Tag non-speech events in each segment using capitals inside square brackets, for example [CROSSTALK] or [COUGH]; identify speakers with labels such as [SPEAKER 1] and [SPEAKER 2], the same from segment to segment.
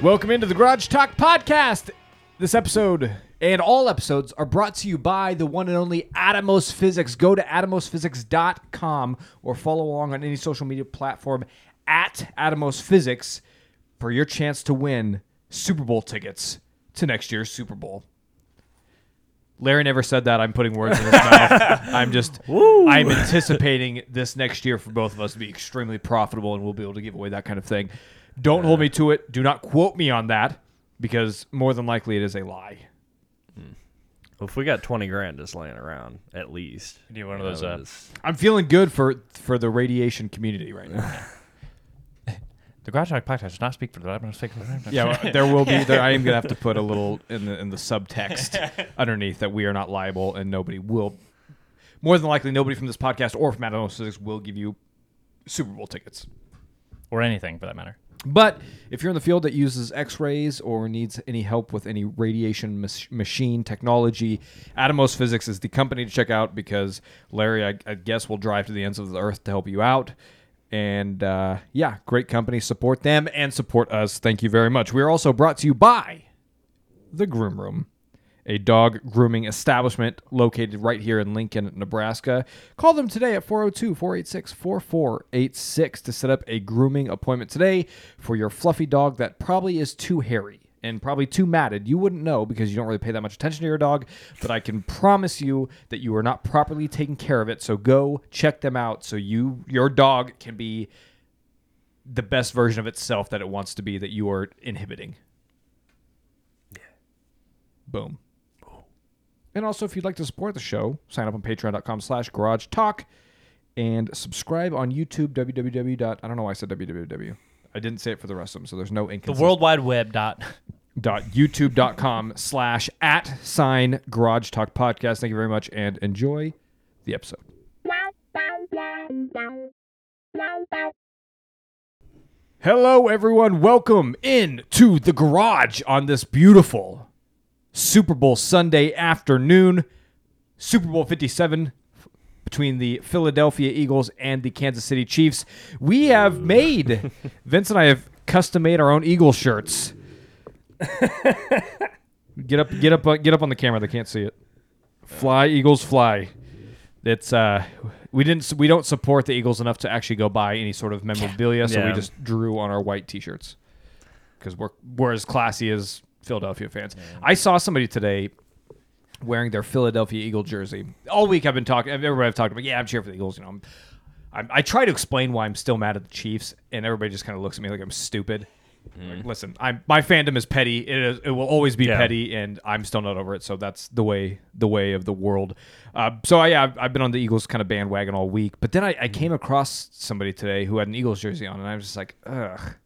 [SPEAKER 1] Welcome into the Garage Talk Podcast. This episode and all episodes are brought to you by the one and only Atomos Physics. Go to atomosphysics.com or follow along on any social media platform at Atomos Physics for your chance to win Super Bowl tickets to next year's Super Bowl. Larry never said that. I'm putting words in his mouth. I'm just, I'm anticipating this next year for both of us to be extremely profitable and we'll be able to give away that kind of thing. Don't hold me to it. Do not quote me on that because more than likely it is a lie.
[SPEAKER 2] If we got twenty grand just laying around, at least.
[SPEAKER 3] You need one of those, uh,
[SPEAKER 2] it's-
[SPEAKER 1] I'm feeling good for for the radiation community right now.
[SPEAKER 3] The Garage Talk podcast does not speak for the I'm gonna speak for the
[SPEAKER 1] yeah, well, there will be. There, I am gonna have to put a little in the in the subtext underneath that we are not liable and nobody will. More than likely, nobody from this podcast or from Adam Physics will give you Super Bowl tickets.
[SPEAKER 3] or anything for that matter.
[SPEAKER 1] But if you're in the field that uses X-rays or needs any help with any radiation mach- machine technology, Atomos Physics is the company to check out because Larry, I, I guess, will drive to the ends of the earth to help you out. And uh, yeah, great company. Support them and support us. Thank you very much. We are also brought to you by the Groom Room, a dog grooming establishment located right here in Lincoln, Nebraska. Call them today at 402 486 4486 to set up a grooming appointment today for your fluffy dog that probably is too hairy and probably too matted. You wouldn't know because you don't really pay that much attention to your dog, but I can promise you that you are not properly taking care of it. So go check them out so you your dog can be the best version of itself that it wants to be that you are inhibiting. Boom. And also, if you'd like to support the show, sign up on patreon.com slash garage talk and subscribe on YouTube, www. dot- I don't know why I said www. I didn't say it for the rest of them, so there's no
[SPEAKER 3] The
[SPEAKER 1] inconsistency.
[SPEAKER 3] World Wide Web dot
[SPEAKER 1] dot youtube dot com slash at sign garage talk podcast. Thank you very much and enjoy the episode. Hello, everyone. Welcome in to the garage on this beautiful Super Bowl Sunday afternoon. Super Bowl 57 f- between the Philadelphia Eagles and the Kansas City Chiefs. We have made, Vince and I have custom made our own Eagle shirts. get up, get up, uh, get up on the camera. They can't see it. Fly, Eagles, fly. It's uh, we didn't s- we don't support the Eagles enough to actually go buy any sort of memorabilia, so we
[SPEAKER 2] Yeah.
[SPEAKER 1] just drew on our white T-shirts because we're we're as classy as Philadelphia fans. I saw somebody today wearing their Philadelphia Eagle jersey. All week I've been talking. Everybody I've talked about, yeah, I'm cheering for the Eagles. You know, I'm, I'm, I try to explain why I'm still mad at the Chiefs, and everybody just kind of looks at me like I'm stupid. Like, listen, I'm my fandom is petty. It is, it will always be
[SPEAKER 2] Yeah.
[SPEAKER 1] petty, and I'm still not over it. So that's the way the way of the world. Uh, so I, yeah, I've, I've been on the Eagles kind of bandwagon all week, but then I, I came across somebody today who had an Eagles jersey on, and I was just like, ugh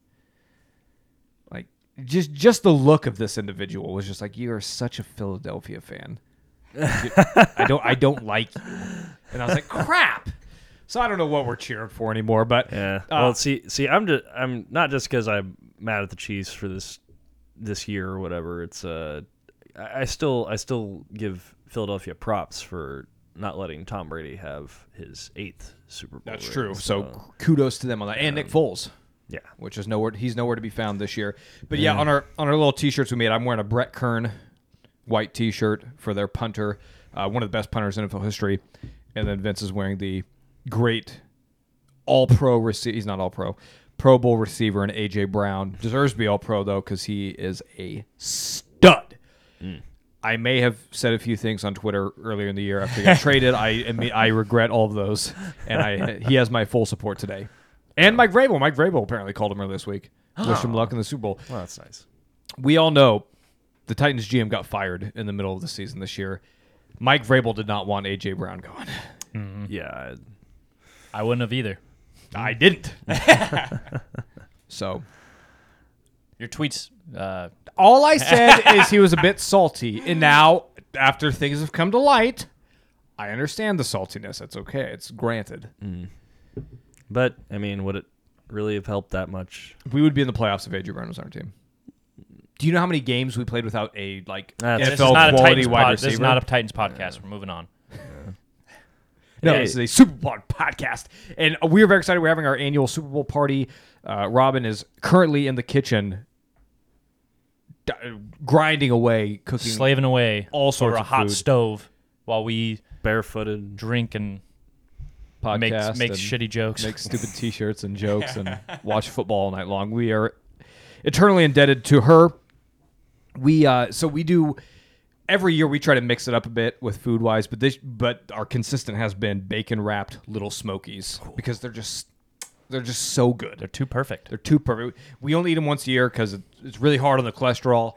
[SPEAKER 1] like just just the look of this individual was just like you are such a Philadelphia fan. You- I don't I don't like you. And I
[SPEAKER 2] [LAUGHS]
[SPEAKER 1] was like crap. So I don't know what we're cheering for anymore, but
[SPEAKER 2] yeah.
[SPEAKER 1] uh,
[SPEAKER 2] well, see, see, I'm just, I'm not just because I'm mad at the Chiefs for this, this year or whatever. It's, uh, I, I still, I still give Philadelphia props for not letting Tom Brady have his eighth Super Bowl.
[SPEAKER 1] that's
[SPEAKER 2] ring,
[SPEAKER 1] true. So kudos to them on that. And Nick Foles.
[SPEAKER 2] yeah,
[SPEAKER 1] which is nowhere he's nowhere to be found this year. But yeah, on our on our little t-shirts we made, I'm wearing a Brett Kern white t-shirt for their punter, uh, one of the best punters in NFL history, and then Vince is wearing the great All Pro receiver. He's not All Pro, Pro Bowl receiver and AJ Brown deserves to be All Pro though because he is a stud. I may have said a few things on Twitter earlier in the year after he got traded. I I, mean, I regret all of those, and I he has my full support today. And Mike Vrabel. Mike Vrabel apparently called him earlier this week. Wish him luck in the Super Bowl.
[SPEAKER 2] well, that's nice.
[SPEAKER 1] We all know the Titans GM got fired in the middle of the season this year. Mike Vrabel did not want AJ Brown gone. Mm-hmm.
[SPEAKER 2] Yeah, I-
[SPEAKER 3] [LAUGHS] I wouldn't have either.
[SPEAKER 1] I didn't. so
[SPEAKER 3] Your tweets uh,
[SPEAKER 1] all I said is he was a bit salty, and now after things have come to light, I understand the saltiness. That's okay. It's granted.
[SPEAKER 2] but I mean, would it really have helped that much?
[SPEAKER 1] we would be in the playoffs if AJ Brown was on our team. Do you know how many games we played without a like NFL
[SPEAKER 2] That's- This is
[SPEAKER 3] not a
[SPEAKER 1] quality
[SPEAKER 3] Titans
[SPEAKER 1] wide
[SPEAKER 3] pod,
[SPEAKER 1] receiver?
[SPEAKER 3] This is not a Titans podcast. We're moving on.
[SPEAKER 1] no,
[SPEAKER 2] Hey.
[SPEAKER 1] this is a Super Bowl podcast, and we are very excited. We're having our annual Super Bowl party. Uh, Robin is currently in the kitchen d- grinding away, cooking.
[SPEAKER 3] slaving away
[SPEAKER 1] All sorts
[SPEAKER 3] over a
[SPEAKER 1] of
[SPEAKER 3] hot
[SPEAKER 1] food.
[SPEAKER 3] stove while we
[SPEAKER 2] barefooted.
[SPEAKER 3] drink and
[SPEAKER 1] podcast
[SPEAKER 3] make make
[SPEAKER 1] and
[SPEAKER 3] shitty jokes.
[SPEAKER 1] make stupid t-shirts and jokes and watch football all night long. We are eternally indebted to her. We uh so we do every year we try to mix it up a bit with food wise, but this but our consistent has been bacon wrapped little smokies because they're just they're just so good.
[SPEAKER 3] [LAUGHS] They're too perfect.
[SPEAKER 1] They're too perfect. We only eat them once a year because it's really hard on the cholesterol.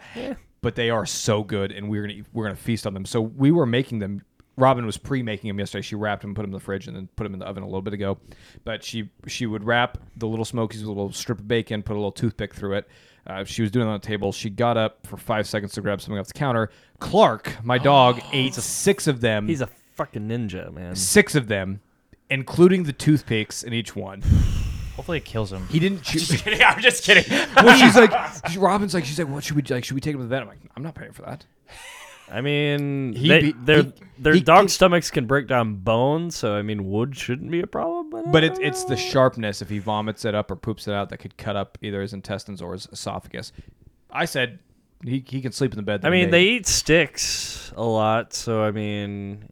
[SPEAKER 1] But they are so good, and we're gonna eat- we're gonna feast on them. So we were making them. Robin was pre-making them yesterday. She wrapped them, put them in the fridge, and then put them in the oven a little bit ago. But she she would wrap the little smokies with a little strip of bacon, put a little toothpick through it. Uh, she was doing it on the table. She got up for five seconds to grab something off the counter. Clark, my dog, ate six of them
[SPEAKER 2] He's a fucking ninja, man.
[SPEAKER 1] six of them, including the toothpicks in each one.
[SPEAKER 3] Hopefully it kills him.
[SPEAKER 1] He didn't choose.
[SPEAKER 3] I'm [LAUGHS] just kidding.
[SPEAKER 1] well, she's [LAUGHS] like, she- Robin's like, she's like, what should we do? like? Should we take him to the vet? I'm like, I'm not paying for that.
[SPEAKER 2] I mean,
[SPEAKER 1] He
[SPEAKER 2] they,
[SPEAKER 1] be-
[SPEAKER 2] their
[SPEAKER 1] he-
[SPEAKER 2] their
[SPEAKER 1] he-
[SPEAKER 2] dog
[SPEAKER 1] he-
[SPEAKER 2] stomachs can break down bone, so I mean, wood shouldn't be a problem. I
[SPEAKER 1] But
[SPEAKER 2] don't
[SPEAKER 1] it's it's the
[SPEAKER 2] know.
[SPEAKER 1] sharpness if he vomits it up or poops it out that could cut up either his intestines or his esophagus. I said he, he can sleep in the bed. that
[SPEAKER 2] I mean,
[SPEAKER 1] we
[SPEAKER 2] they
[SPEAKER 1] made.
[SPEAKER 2] eat sticks a lot, so I mean,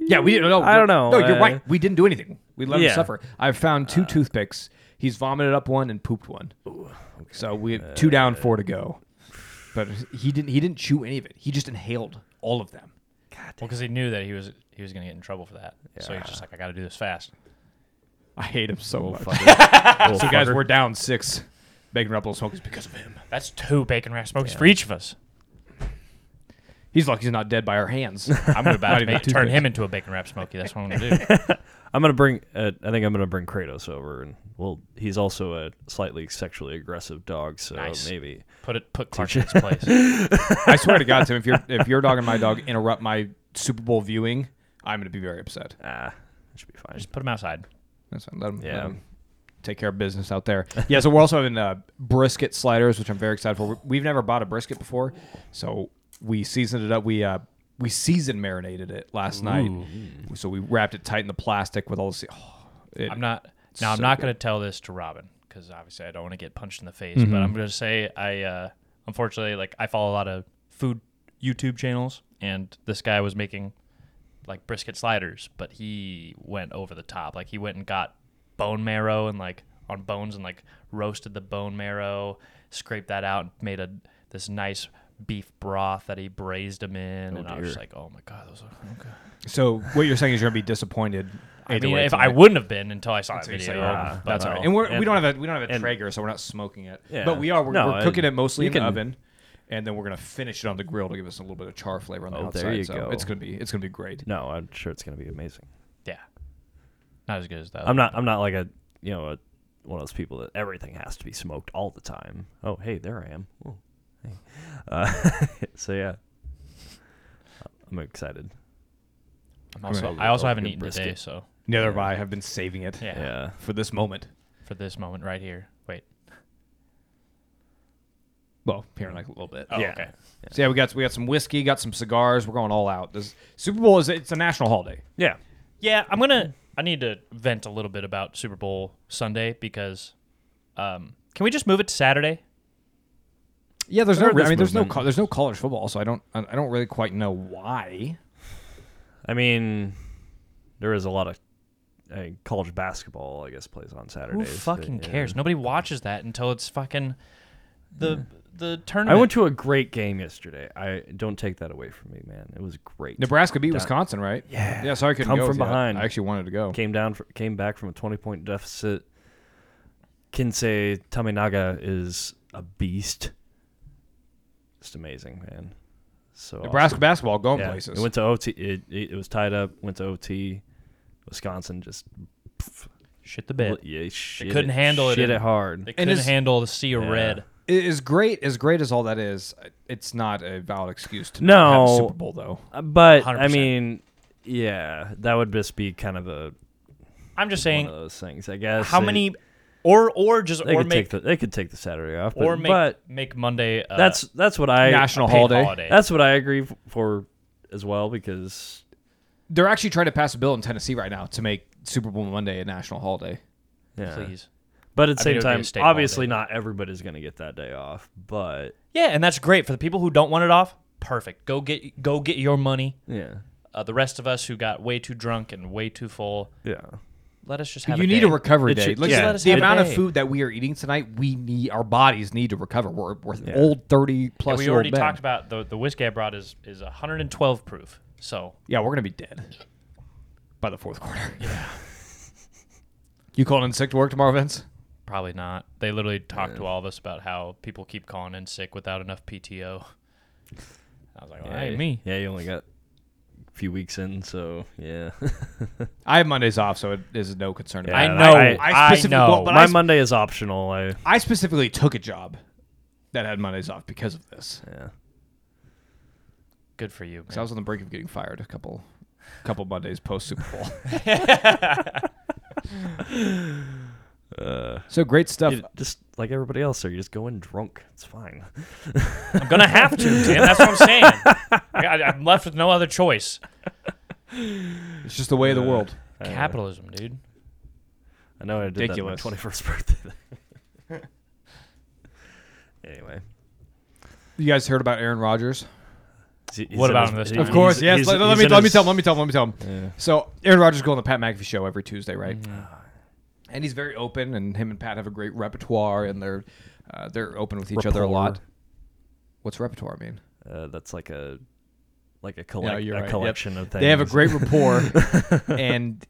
[SPEAKER 1] yeah we didn't know.
[SPEAKER 2] I don't know,
[SPEAKER 1] No, you're
[SPEAKER 2] uh,
[SPEAKER 1] right. We didn't do anything. We let him
[SPEAKER 2] Yeah. Uh,
[SPEAKER 1] suffer. I've found two toothpicks. He's vomited up one and pooped one. So we have
[SPEAKER 2] Uh,
[SPEAKER 1] two down, four to go. But he didn't he didn't chew any of it. He just inhaled all of them.
[SPEAKER 3] Well, because he knew that he was he was gonna get in trouble for that, so he's just like, I got to do this fast.
[SPEAKER 1] I hate him so much. [LAUGHS]
[SPEAKER 2] little
[SPEAKER 1] So guys,
[SPEAKER 2] fucker.
[SPEAKER 1] we're down six. Bacon Rebel Smoke is because of him.
[SPEAKER 3] That's two bacon wrapped smokies for each of us.
[SPEAKER 1] He's lucky he's not dead by our hands.
[SPEAKER 3] I'm
[SPEAKER 1] Not [LAUGHS]
[SPEAKER 3] about to
[SPEAKER 1] even
[SPEAKER 3] make,
[SPEAKER 1] a
[SPEAKER 3] turn
[SPEAKER 1] toothpick.
[SPEAKER 3] him into a bacon wrapped smoky. That's what I'm gonna do.
[SPEAKER 1] [LAUGHS]
[SPEAKER 2] I'm gonna bring. Uh, I think I'm gonna bring Kratos over, and well, he's also a slightly sexually aggressive dog, so
[SPEAKER 3] Nice.
[SPEAKER 2] maybe.
[SPEAKER 3] Put it put Clark in his place.
[SPEAKER 1] I swear to God, Tim, if
[SPEAKER 3] [LAUGHS]
[SPEAKER 1] your if your dog and my dog interrupt my Super Bowl viewing, I'm going to be very upset.
[SPEAKER 2] Ah, that should be fine.
[SPEAKER 3] Just put him outside.
[SPEAKER 1] That's fine. Let him, let
[SPEAKER 2] Yeah.
[SPEAKER 1] him take care of business out there. Yeah. So we're also having uh, brisket sliders, which I'm very excited for. We've never bought a brisket before, so we seasoned it up. We uh, we seasoned marinated it last night, so we wrapped it tight in the plastic with all the. se- Oh, it-
[SPEAKER 3] I'm not now. I'm
[SPEAKER 1] so
[SPEAKER 3] not gonna tell this to Robin because obviously I don't want to get punched in the face.
[SPEAKER 1] Mm-hmm.
[SPEAKER 3] But I'm gonna say I uh, unfortunately like I follow a lot of food YouTube channels, and this guy was making like brisket sliders, but he went over the top. Like he went and got bone marrow and like on bones and like roasted the bone marrow, scraped that out, and made a this nice beef broth that he braised them in. and I was just like, oh my god, those are okay.
[SPEAKER 1] So what you're saying is you're going to be disappointed.
[SPEAKER 3] I
[SPEAKER 1] either
[SPEAKER 3] mean,
[SPEAKER 1] way
[SPEAKER 3] if I
[SPEAKER 1] tonight.
[SPEAKER 3] wouldn't have been until I saw that
[SPEAKER 1] So you
[SPEAKER 3] video,
[SPEAKER 1] say, "Oh,
[SPEAKER 3] but
[SPEAKER 1] that's all
[SPEAKER 3] well.
[SPEAKER 1] right. And we're, we
[SPEAKER 2] And-
[SPEAKER 1] don't have a we don't have a
[SPEAKER 2] and-
[SPEAKER 1] Traeger, so we're not smoking it.
[SPEAKER 2] Yeah.
[SPEAKER 1] But we are we're,
[SPEAKER 2] No,
[SPEAKER 1] we're cooking it
[SPEAKER 2] and
[SPEAKER 1] mostly
[SPEAKER 2] you
[SPEAKER 1] in the
[SPEAKER 2] can-
[SPEAKER 1] oven, and then we're gonna finish it on the grill to give us a little bit of char flavor on the
[SPEAKER 2] Oh,
[SPEAKER 1] outside.
[SPEAKER 2] there you
[SPEAKER 1] so
[SPEAKER 2] go.
[SPEAKER 1] it's gonna be it's gonna be great.
[SPEAKER 2] No, I'm sure it's gonna be amazing.
[SPEAKER 3] Yeah. Not as good as that.
[SPEAKER 2] I'm not. I'm not like a you know a, one of those people that everything has to be smoked all the time. Oh, hey, there I am. Oh, hey. Uh, [LAUGHS] so yeah, I'm excited.
[SPEAKER 3] I'm also,
[SPEAKER 1] Right.
[SPEAKER 3] I also
[SPEAKER 2] Oh,
[SPEAKER 3] haven't
[SPEAKER 2] good
[SPEAKER 3] eaten today,
[SPEAKER 2] brisket.
[SPEAKER 3] so
[SPEAKER 1] Neither have I. Have been saving it
[SPEAKER 3] yeah,
[SPEAKER 2] Yeah.
[SPEAKER 1] for this moment.
[SPEAKER 3] for this moment right here. Wait.
[SPEAKER 1] Well, here in like a little bit.
[SPEAKER 3] Oh,
[SPEAKER 2] Yeah.
[SPEAKER 3] okay.
[SPEAKER 1] So yeah, we got we got some whiskey, got some cigars. We're going all out. This Super Bowl is it's a national holiday.
[SPEAKER 2] Yeah.
[SPEAKER 3] Yeah, I'm gonna. I need to vent a little bit about Super Bowl Sunday because, um, can we just move it to Saturday?
[SPEAKER 1] Yeah, there's
[SPEAKER 2] no
[SPEAKER 1] no. I
[SPEAKER 2] re-
[SPEAKER 1] mean, there's no.
[SPEAKER 2] movement.
[SPEAKER 1] co- There's no college football, so I don't. I I don't really quite know why.
[SPEAKER 2] I mean, there is a lot of I college basketball. I guess plays on
[SPEAKER 3] Who
[SPEAKER 2] Saturdays. but,
[SPEAKER 3] fucking
[SPEAKER 2] yeah.
[SPEAKER 3] cares? Nobody watches that until it's fucking the the
[SPEAKER 2] I
[SPEAKER 3] tournament.
[SPEAKER 2] went to a great game yesterday. I don't take that away from me, man. It was great.
[SPEAKER 1] Nebraska beat Wisconsin, right?
[SPEAKER 2] Yeah.
[SPEAKER 1] Yeah. Sorry, I couldn't
[SPEAKER 2] Come
[SPEAKER 1] go with
[SPEAKER 2] from
[SPEAKER 1] you. I-
[SPEAKER 2] behind.
[SPEAKER 1] I actually wanted to go.
[SPEAKER 2] came down, fr came back from a twenty-point deficit. Kinsei Taminaga is a beast. Just amazing, man. So
[SPEAKER 1] Nebraska basketball going
[SPEAKER 2] awesome. Yeah,
[SPEAKER 1] places.
[SPEAKER 2] It went to OT. It, it, it was tied up. Went to OT. Wisconsin just
[SPEAKER 3] shit the bed.
[SPEAKER 2] yeah, shit
[SPEAKER 3] couldn't handle it
[SPEAKER 2] Shit
[SPEAKER 3] in-
[SPEAKER 2] it hard.
[SPEAKER 3] They couldn't
[SPEAKER 1] is-
[SPEAKER 3] handle the sea of
[SPEAKER 2] Yeah.
[SPEAKER 3] red.
[SPEAKER 1] It is great as great as all that is. It's not a valid excuse to
[SPEAKER 2] No.
[SPEAKER 1] not have a Super Bowl though.
[SPEAKER 2] Uh, But I
[SPEAKER 3] 100%.
[SPEAKER 2] mean, yeah, that would just be kind of a
[SPEAKER 3] I'm just
[SPEAKER 2] one
[SPEAKER 3] saying,
[SPEAKER 2] of those things, I guess.
[SPEAKER 3] how
[SPEAKER 2] They-
[SPEAKER 3] many, or or just
[SPEAKER 2] They
[SPEAKER 3] or
[SPEAKER 2] could
[SPEAKER 3] make
[SPEAKER 2] take the they could take the Saturday off, but,
[SPEAKER 3] or make
[SPEAKER 2] but
[SPEAKER 3] make Monday. Uh,
[SPEAKER 2] that's that's what I
[SPEAKER 1] National
[SPEAKER 3] a paid
[SPEAKER 1] holiday.
[SPEAKER 3] holiday.
[SPEAKER 2] That's what I agree f- for as well because
[SPEAKER 1] They're actually trying to pass a bill in Tennessee right now to make Super Bowl Monday a national holiday.
[SPEAKER 2] yeah.
[SPEAKER 3] please.
[SPEAKER 2] But at the
[SPEAKER 3] I mean,
[SPEAKER 2] same
[SPEAKER 3] it would be a
[SPEAKER 2] time,
[SPEAKER 3] state
[SPEAKER 2] obviously
[SPEAKER 3] holiday,
[SPEAKER 2] not everybody's going to get that day off. But
[SPEAKER 3] Yeah, and that's great for the people who don't want it off. Perfect. Go get go get your money.
[SPEAKER 2] yeah,
[SPEAKER 3] Uh, the rest of us who got way too drunk and way too full,
[SPEAKER 2] yeah,
[SPEAKER 3] let us just have.
[SPEAKER 1] you
[SPEAKER 3] a
[SPEAKER 1] need
[SPEAKER 3] day.
[SPEAKER 1] a recovery
[SPEAKER 2] It
[SPEAKER 1] day.
[SPEAKER 2] should-
[SPEAKER 1] Let's,
[SPEAKER 2] yeah.
[SPEAKER 1] yeah,
[SPEAKER 2] Let
[SPEAKER 3] us
[SPEAKER 1] the
[SPEAKER 3] have a
[SPEAKER 1] amount of
[SPEAKER 3] day.
[SPEAKER 1] food that we are eating tonight, we need our bodies need to recover. We're, we're old thirty
[SPEAKER 3] Yeah,
[SPEAKER 1] plus.
[SPEAKER 3] we
[SPEAKER 1] year
[SPEAKER 3] already
[SPEAKER 1] old men.
[SPEAKER 3] talked about the the whiskey I brought is is 112 proof. So
[SPEAKER 1] Yeah, we're gonna be dead by the fourth quarter. Yeah. [LAUGHS] you calling in sick to work tomorrow, Vince?
[SPEAKER 3] probably not. They literally talked to all of us about how people keep calling in sick without enough PTO. [LAUGHS] I was like, well, that ain't me.
[SPEAKER 2] Yeah, you only got a few weeks in, so yeah. [LAUGHS]
[SPEAKER 1] I have Mondays off, so it is no concern. About
[SPEAKER 2] Yeah,
[SPEAKER 3] I
[SPEAKER 1] it.
[SPEAKER 3] know.
[SPEAKER 2] I-
[SPEAKER 3] I,
[SPEAKER 1] specifically-
[SPEAKER 3] know.
[SPEAKER 1] well, but
[SPEAKER 2] My
[SPEAKER 1] I-
[SPEAKER 2] Monday is optional. I
[SPEAKER 1] I specifically took a job that had Mondays off because of this.
[SPEAKER 2] yeah.
[SPEAKER 3] Good for you.
[SPEAKER 1] So I
[SPEAKER 3] Man.
[SPEAKER 1] was on the brink of getting fired a couple, couple Mondays post Super
[SPEAKER 2] [LAUGHS]
[SPEAKER 1] Bowl. so great stuff.
[SPEAKER 2] You just like everybody else, there, you just go in drunk. It's fine.
[SPEAKER 3] I'm gonna have
[SPEAKER 1] [LAUGHS]
[SPEAKER 3] to, Tim. That's what I'm saying. I, got- I'm left with no other choice.
[SPEAKER 1] It's just the way of the world.
[SPEAKER 3] Capitalism, dude.
[SPEAKER 2] I know I did
[SPEAKER 1] Ridiculous.
[SPEAKER 2] that on my 21st [LAUGHS] birthday. anyway.
[SPEAKER 1] You guys heard about Aaron Rodgers?
[SPEAKER 2] Is he- he's
[SPEAKER 3] What
[SPEAKER 2] in
[SPEAKER 3] about
[SPEAKER 2] his-
[SPEAKER 3] him this
[SPEAKER 2] he-
[SPEAKER 3] time?
[SPEAKER 1] Of course,
[SPEAKER 2] he's-
[SPEAKER 1] yes.
[SPEAKER 2] he's-
[SPEAKER 1] let, let
[SPEAKER 2] he's
[SPEAKER 1] me
[SPEAKER 2] in
[SPEAKER 1] let me
[SPEAKER 2] his-
[SPEAKER 1] tell him. Let me tell him. Let me tell him.
[SPEAKER 2] Yeah.
[SPEAKER 1] So Aaron Rodgers goes on the Pat McAfee show every Tuesday, right?
[SPEAKER 2] Mm.
[SPEAKER 1] And he's very open, and him and Pat have a great repertoire, and they're uh, they're open with each other a lot.
[SPEAKER 2] Rapport.
[SPEAKER 1] What's repertoire mean?
[SPEAKER 2] Uh, that's like a like a,
[SPEAKER 1] Yeah,
[SPEAKER 2] collect,
[SPEAKER 1] you're
[SPEAKER 2] a
[SPEAKER 1] right.
[SPEAKER 2] collection
[SPEAKER 1] Yep.
[SPEAKER 2] of things.
[SPEAKER 1] They have a great rapport,
[SPEAKER 2] [LAUGHS]
[SPEAKER 1] and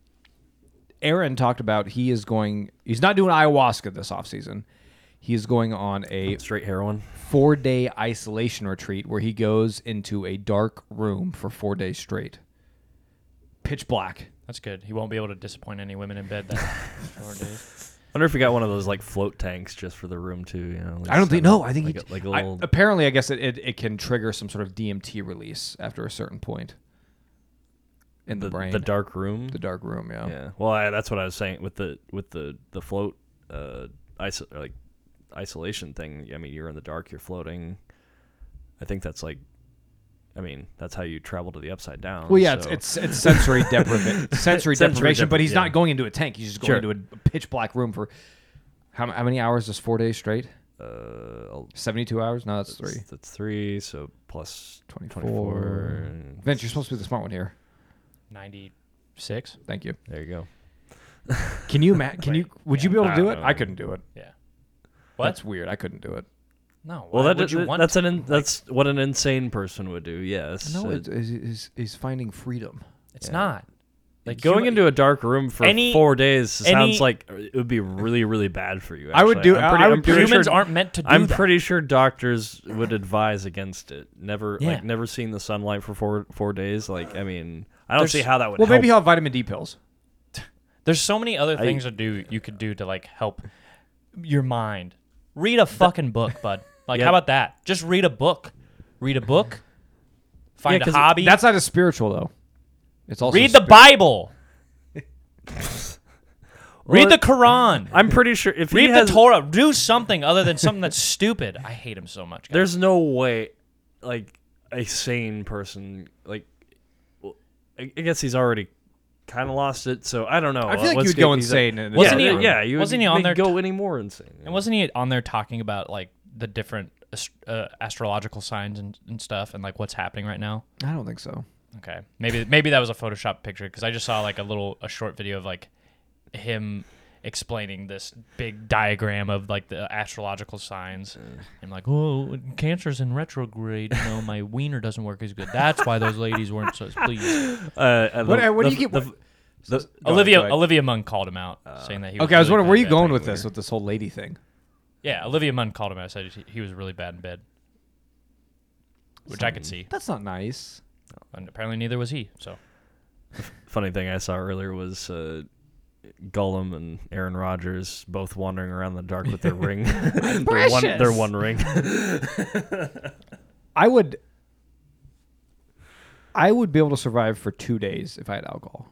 [SPEAKER 1] Aaron talked about he is going. He's not doing ayahuasca this offseason. He is going on a
[SPEAKER 2] straight heroin.
[SPEAKER 1] four day isolation retreat where he goes into a dark room for four days straight, pitch black.
[SPEAKER 3] That's good. He won't be able to disappoint any women in bed.
[SPEAKER 1] [LAUGHS]
[SPEAKER 3] That or do.
[SPEAKER 2] wonder if we got one of those like float tanks just for the room too. You know,
[SPEAKER 1] I don't think. No, I think
[SPEAKER 2] like
[SPEAKER 1] he,
[SPEAKER 2] a, like a
[SPEAKER 1] I-
[SPEAKER 2] little.
[SPEAKER 1] apparently, I guess it, it, it can trigger some sort of DMT release after a certain point in the,
[SPEAKER 2] the,
[SPEAKER 1] brain.
[SPEAKER 2] the dark room.
[SPEAKER 1] The dark room. Yeah.
[SPEAKER 2] Yeah. Well, I, that's what I was saying with the with the the float uh iso- like isolation thing. I mean, you're in the dark, you're floating. I think that's like I mean, that's how you travel to the upside down.
[SPEAKER 1] Well, yeah,
[SPEAKER 2] so-
[SPEAKER 1] it's, it's it's sensory deprivation, sensory,
[SPEAKER 2] Sensory
[SPEAKER 1] deprivation. But
[SPEAKER 2] depri-
[SPEAKER 1] he's
[SPEAKER 2] yeah.
[SPEAKER 1] not going into a tank. He's just going
[SPEAKER 2] Sure.
[SPEAKER 1] into a pitch black room for how, how many hours? Is four days straight?
[SPEAKER 2] uh
[SPEAKER 1] Seventy two hours? No, that's three.
[SPEAKER 2] That's 3, so plus
[SPEAKER 1] 24.
[SPEAKER 2] 24.
[SPEAKER 1] Vince, you're supposed to be the smart one here.
[SPEAKER 3] 96.
[SPEAKER 1] Thank you.
[SPEAKER 2] There you go.
[SPEAKER 1] Can you, Matt? Can you? Would you be able to
[SPEAKER 2] I
[SPEAKER 1] do
[SPEAKER 2] don't
[SPEAKER 1] it?
[SPEAKER 2] know.
[SPEAKER 1] I couldn't do it.
[SPEAKER 3] Yeah. What?
[SPEAKER 1] That's weird. I couldn't do it.
[SPEAKER 3] no.
[SPEAKER 2] Well,
[SPEAKER 3] why
[SPEAKER 2] that,
[SPEAKER 3] would you want
[SPEAKER 2] that's
[SPEAKER 3] to?
[SPEAKER 2] an in, that's what an insane person would do. Yes.
[SPEAKER 1] No,
[SPEAKER 2] Uh,
[SPEAKER 1] it is is finding freedom.
[SPEAKER 3] It's not.
[SPEAKER 2] like going
[SPEAKER 3] you-
[SPEAKER 2] into a dark room for
[SPEAKER 3] any-
[SPEAKER 2] 4 days sounds
[SPEAKER 3] any-
[SPEAKER 2] like uh, it would be really really bad for you.
[SPEAKER 1] I would
[SPEAKER 2] actually.
[SPEAKER 1] do-
[SPEAKER 2] I'm
[SPEAKER 1] I
[SPEAKER 2] pretty,
[SPEAKER 1] would do
[SPEAKER 2] I'm pretty
[SPEAKER 1] it.
[SPEAKER 2] sure-
[SPEAKER 3] humans aren't meant to do
[SPEAKER 2] I'm
[SPEAKER 3] that.
[SPEAKER 2] pretty sure doctors would advise against it. Never
[SPEAKER 3] Yeah.
[SPEAKER 2] like never seeing the sunlight for four four days. Like I mean, I don't
[SPEAKER 3] There's-
[SPEAKER 2] see how that would.
[SPEAKER 1] Well,
[SPEAKER 2] help.
[SPEAKER 1] maybe he'll have vitamin D pills.
[SPEAKER 3] There's so many other things to do you could do to like help your mind. Read a fucking book, bud. Like
[SPEAKER 2] Yeah.
[SPEAKER 3] how about that? Just read a book. Read a book. Find
[SPEAKER 2] 'cause
[SPEAKER 3] a hobby.
[SPEAKER 1] That's not as spiritual though. It's also
[SPEAKER 3] read the
[SPEAKER 1] spir-
[SPEAKER 3] Bible. read
[SPEAKER 2] Well,
[SPEAKER 3] the Quran.
[SPEAKER 2] I'm pretty sure if he
[SPEAKER 3] read
[SPEAKER 2] has,
[SPEAKER 3] the Torah. Do something other than something that's stupid. I hate him so much. guys.
[SPEAKER 2] there's no way, like a sane person, like well, I, I guess he's already kind of lost it. So I don't know.
[SPEAKER 1] I
[SPEAKER 2] Uh,
[SPEAKER 1] feel like
[SPEAKER 2] what's
[SPEAKER 1] you'd go
[SPEAKER 2] good- he's a-
[SPEAKER 1] insane. in a
[SPEAKER 3] Wasn't
[SPEAKER 1] dark
[SPEAKER 2] yeah,
[SPEAKER 3] he-
[SPEAKER 1] room.
[SPEAKER 2] Yeah, you
[SPEAKER 3] wasn't
[SPEAKER 2] would
[SPEAKER 3] he on
[SPEAKER 2] make-
[SPEAKER 3] there
[SPEAKER 2] Go any more insane?
[SPEAKER 3] And wasn't he on there talking about like the different ast- uh, astrological signs and, and stuff, and like what's happening right now?
[SPEAKER 1] I don't think so.
[SPEAKER 3] Okay, maybe maybe that was a Photoshop picture because I just saw like a little a short video of like him explaining this big diagram of like the astrological signs. I'm like, oh, Cancer's in retrograde. You know, my wiener doesn't work as good. That's why those ladies weren't so pleased.
[SPEAKER 2] Uh, uh, the-
[SPEAKER 1] What- what do
[SPEAKER 2] the-
[SPEAKER 1] you get-
[SPEAKER 2] the- the-
[SPEAKER 1] ahead,
[SPEAKER 3] Olivia
[SPEAKER 1] go ahead.
[SPEAKER 3] Olivia Munn called him out, saying that he. Was
[SPEAKER 1] Okay, I was
[SPEAKER 3] really
[SPEAKER 1] wondering where
[SPEAKER 3] bad
[SPEAKER 1] you
[SPEAKER 3] at
[SPEAKER 1] going
[SPEAKER 3] being
[SPEAKER 1] with
[SPEAKER 3] weird.
[SPEAKER 1] this with this whole lady thing.
[SPEAKER 3] Yeah, Olivia Munn called him out. Said he- he was really bad in bed, which I could see.
[SPEAKER 1] That's not nice.
[SPEAKER 3] And apparently, neither was he. So
[SPEAKER 2] funny thing I saw earlier was uh, Gollum and Aaron Rodgers both wandering around the dark with their ring. [LAUGHS] their, one, their
[SPEAKER 1] Precious.
[SPEAKER 2] one ring.
[SPEAKER 1] I would I would be able to survive for two days if I had alcohol.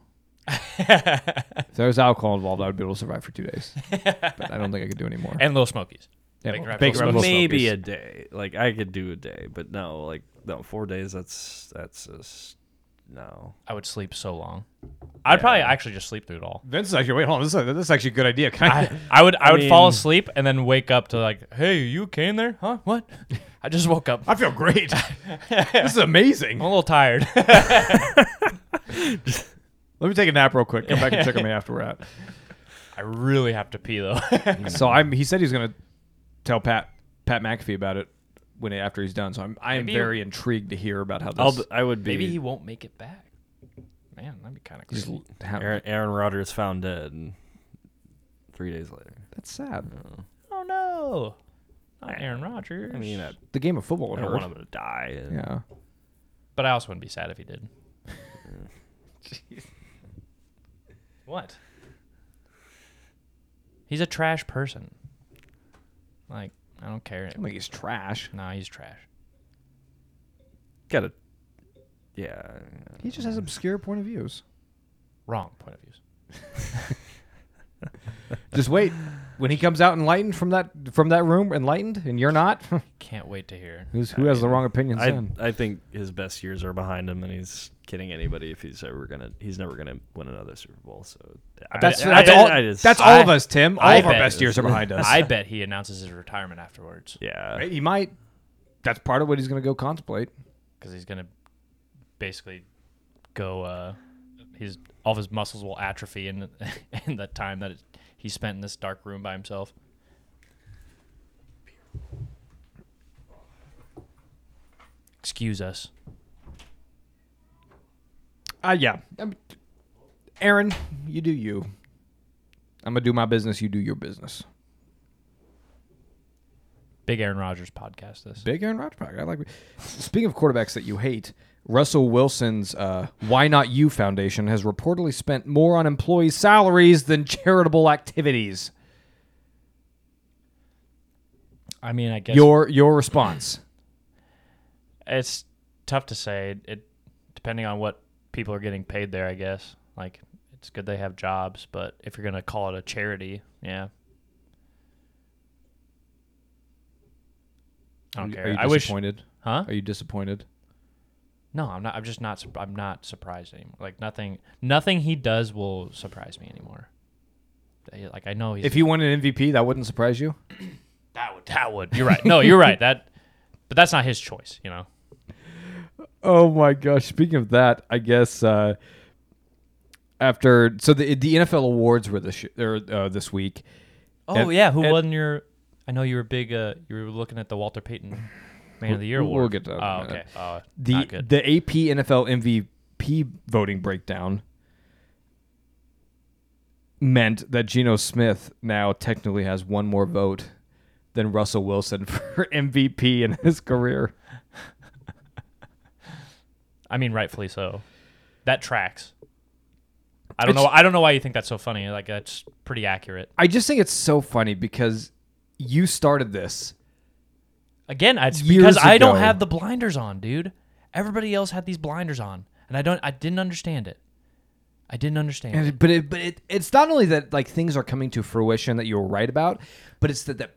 [SPEAKER 1] if there was alcohol involved, I would be able to survive for two days. But I don't think I could do any more.
[SPEAKER 3] and Little Smokies.
[SPEAKER 1] Yeah,
[SPEAKER 3] Big
[SPEAKER 2] [LAUGHS]
[SPEAKER 3] Red
[SPEAKER 1] Big
[SPEAKER 3] Bull
[SPEAKER 1] Red Bull
[SPEAKER 2] Maybe
[SPEAKER 1] Smokies.
[SPEAKER 2] a day. Like I could do a day, but no, like no, four days. That's that's just no.
[SPEAKER 3] I would sleep so long. I'd probably actually just sleep through it all.
[SPEAKER 1] Vince is actually wait hold on. This is, this is actually a good idea. Can I,
[SPEAKER 3] I, I would I, would fall
[SPEAKER 2] mean-
[SPEAKER 3] asleep and then wake up to like, hey, you okay in there? Huh? What? [LAUGHS] I just woke up.
[SPEAKER 1] I feel great. this is amazing.
[SPEAKER 3] I'm a little tired. [LAUGHS]
[SPEAKER 1] Let me take a nap real quick. Come back and check on me after we're out.
[SPEAKER 3] I really have to pee though. [LAUGHS]
[SPEAKER 1] So I'm. He said he's gonna tell Pat Pat McAfee about it when after he's done. So I'm. I am
[SPEAKER 3] Maybe you-
[SPEAKER 1] very intrigued to hear about how this.
[SPEAKER 2] I'll b- I would be.
[SPEAKER 3] Maybe he won't make it back. Man, that'd be kind of
[SPEAKER 1] just
[SPEAKER 3] crazy.
[SPEAKER 1] how-
[SPEAKER 2] Aaron, Aaron Rodgers found dead and three days later.
[SPEAKER 1] That's sad.
[SPEAKER 3] Oh no, not Aaron Rodgers.
[SPEAKER 2] I mean, uh I,
[SPEAKER 1] The game of football.
[SPEAKER 2] I
[SPEAKER 1] would
[SPEAKER 2] don't
[SPEAKER 1] hurt.
[SPEAKER 2] want him to die. and-
[SPEAKER 1] Yeah.
[SPEAKER 3] but I also wouldn't be sad if he did. What? He's a trash person. Like I don't care.
[SPEAKER 1] I'm like he's trash.
[SPEAKER 3] Nah, he's trash.
[SPEAKER 2] Gotta. Yeah. I-
[SPEAKER 1] He just has obscure point of views.
[SPEAKER 3] Wrong point of views.
[SPEAKER 1] Just wait. When he comes out enlightened from that from that room, enlightened, and you're not, [LAUGHS]
[SPEAKER 3] Can't wait to hear.
[SPEAKER 1] who's who has the wrong opinions then?
[SPEAKER 2] I, I think his best years are behind him, and he's kidding anybody if he's ever gonna. He's never gonna win another Super Bowl. So I-
[SPEAKER 1] That's
[SPEAKER 2] I-
[SPEAKER 1] that's
[SPEAKER 2] I-
[SPEAKER 1] all.
[SPEAKER 2] I just-
[SPEAKER 1] that's all of
[SPEAKER 3] I-
[SPEAKER 1] us, Tim. All
[SPEAKER 3] I
[SPEAKER 1] of our
[SPEAKER 3] bet-
[SPEAKER 1] best years are behind us. [LAUGHS]
[SPEAKER 3] I bet he announces his retirement afterwards
[SPEAKER 2] Yeah. [LAUGHS]
[SPEAKER 1] Right? He might. That's part of what he's going to go contemplate.
[SPEAKER 3] because he's gonna basically go. Uh, his all of his muscles will atrophy in in the [LAUGHS] time that it, he spent in this dark room by himself. Excuse us.
[SPEAKER 1] Uh, yeah. Um, Aaron, you do you. I'm gonna do my business. You do your business.
[SPEAKER 3] Big Aaron Rodgers podcast. This
[SPEAKER 1] Big Aaron Rodgers. podcast. I like. Speaking of quarterbacks that you hate, Russell Wilson's uh, Why Not You Foundation has reportedly spent more on employees' salaries than charitable activities.
[SPEAKER 3] I mean, I guess
[SPEAKER 1] Your your response.
[SPEAKER 3] it's tough to say. It depending on what people are getting paid there, I guess. Like it's good they have jobs, but if you're gonna call it a charity, yeah. I don't
[SPEAKER 1] Are
[SPEAKER 3] care.
[SPEAKER 1] you
[SPEAKER 3] I wish,
[SPEAKER 1] disappointed?
[SPEAKER 3] huh?
[SPEAKER 1] Are you disappointed?
[SPEAKER 3] No, I'm not. I'm just not. sup- I'm not surprised anymore. Like nothing. Nothing he does will surprise me anymore. I- Like I know he's.
[SPEAKER 1] If he won an MVP, that wouldn't surprise you.
[SPEAKER 3] that would that would you're right. No,
[SPEAKER 1] [LAUGHS]
[SPEAKER 3] you're right. That, but that's not his choice. You know.
[SPEAKER 1] Oh my gosh! Speaking of that, I guess uh, after so the the NFL awards were this or, uh, this week.
[SPEAKER 3] Oh
[SPEAKER 1] And-
[SPEAKER 3] yeah, who
[SPEAKER 1] and-
[SPEAKER 3] won your? I know you were big. Uh, you were looking at the Walter Payton Man of the Year
[SPEAKER 1] We'll-
[SPEAKER 3] award.
[SPEAKER 1] we'll get to that in a
[SPEAKER 3] Oh, okay.
[SPEAKER 1] minute.
[SPEAKER 3] Oh,
[SPEAKER 1] The
[SPEAKER 3] not good.
[SPEAKER 1] the AP NFL MVP voting breakdown meant that Geno Smith now technically has one more vote than Russell Wilson [LAUGHS] for MVP in his career.
[SPEAKER 3] I mean, rightfully so. That tracks. I don't know. I don't know why you think that's so funny. Like that's pretty accurate.
[SPEAKER 1] I just think it's so funny because you started this.
[SPEAKER 3] Again, it's
[SPEAKER 1] Years
[SPEAKER 3] because I don't
[SPEAKER 1] ago.
[SPEAKER 3] have the blinders on, dude. Everybody else had these blinders on, and I don't. I didn't understand it. I didn't understand.
[SPEAKER 1] And
[SPEAKER 3] it.
[SPEAKER 1] it- but it, but it, it's not only that like things are coming to fruition that you were right about, but it's that that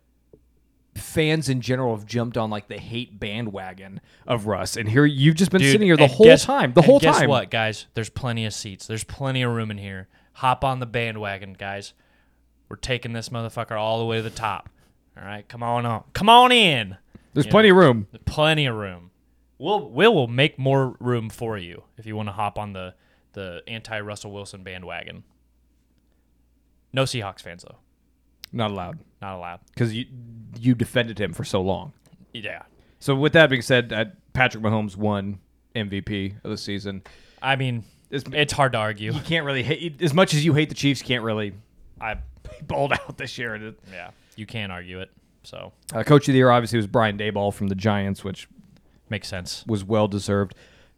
[SPEAKER 1] fans in general have jumped on like the hate bandwagon of Russ, and here you've just been
[SPEAKER 3] Dude,
[SPEAKER 1] sitting here the
[SPEAKER 3] and
[SPEAKER 1] whole
[SPEAKER 3] guess-
[SPEAKER 1] time, the
[SPEAKER 3] and
[SPEAKER 1] whole
[SPEAKER 3] guess
[SPEAKER 1] time.
[SPEAKER 3] what, guys? There's plenty of seats. There's plenty of room in here. Hop on the bandwagon, guys. We're taking this motherfucker all the way to the top. All right, come on on, come on in.
[SPEAKER 1] There's plenty of room.
[SPEAKER 3] Plenty of room. We'll Will will make more room for you if you want to hop on the the anti Russell Wilson bandwagon. No Seahawks fans though,
[SPEAKER 1] Not allowed
[SPEAKER 3] not allowed.
[SPEAKER 1] because you you defended him for so long.
[SPEAKER 3] Yeah,
[SPEAKER 1] So with that being said, uh, Patrick Mahomes won MVP of the season.
[SPEAKER 3] I mean
[SPEAKER 1] It's,
[SPEAKER 3] it's hard to argue.
[SPEAKER 1] you can't really hate as much as you hate the Chiefs. Can't really
[SPEAKER 3] I
[SPEAKER 1] [LAUGHS] balled out this year. and it-
[SPEAKER 3] yeah, you can't argue it. So
[SPEAKER 1] Uh, Coach of the year obviously was Brian Dayball from the Giants, which
[SPEAKER 3] makes sense.
[SPEAKER 1] was well deserved.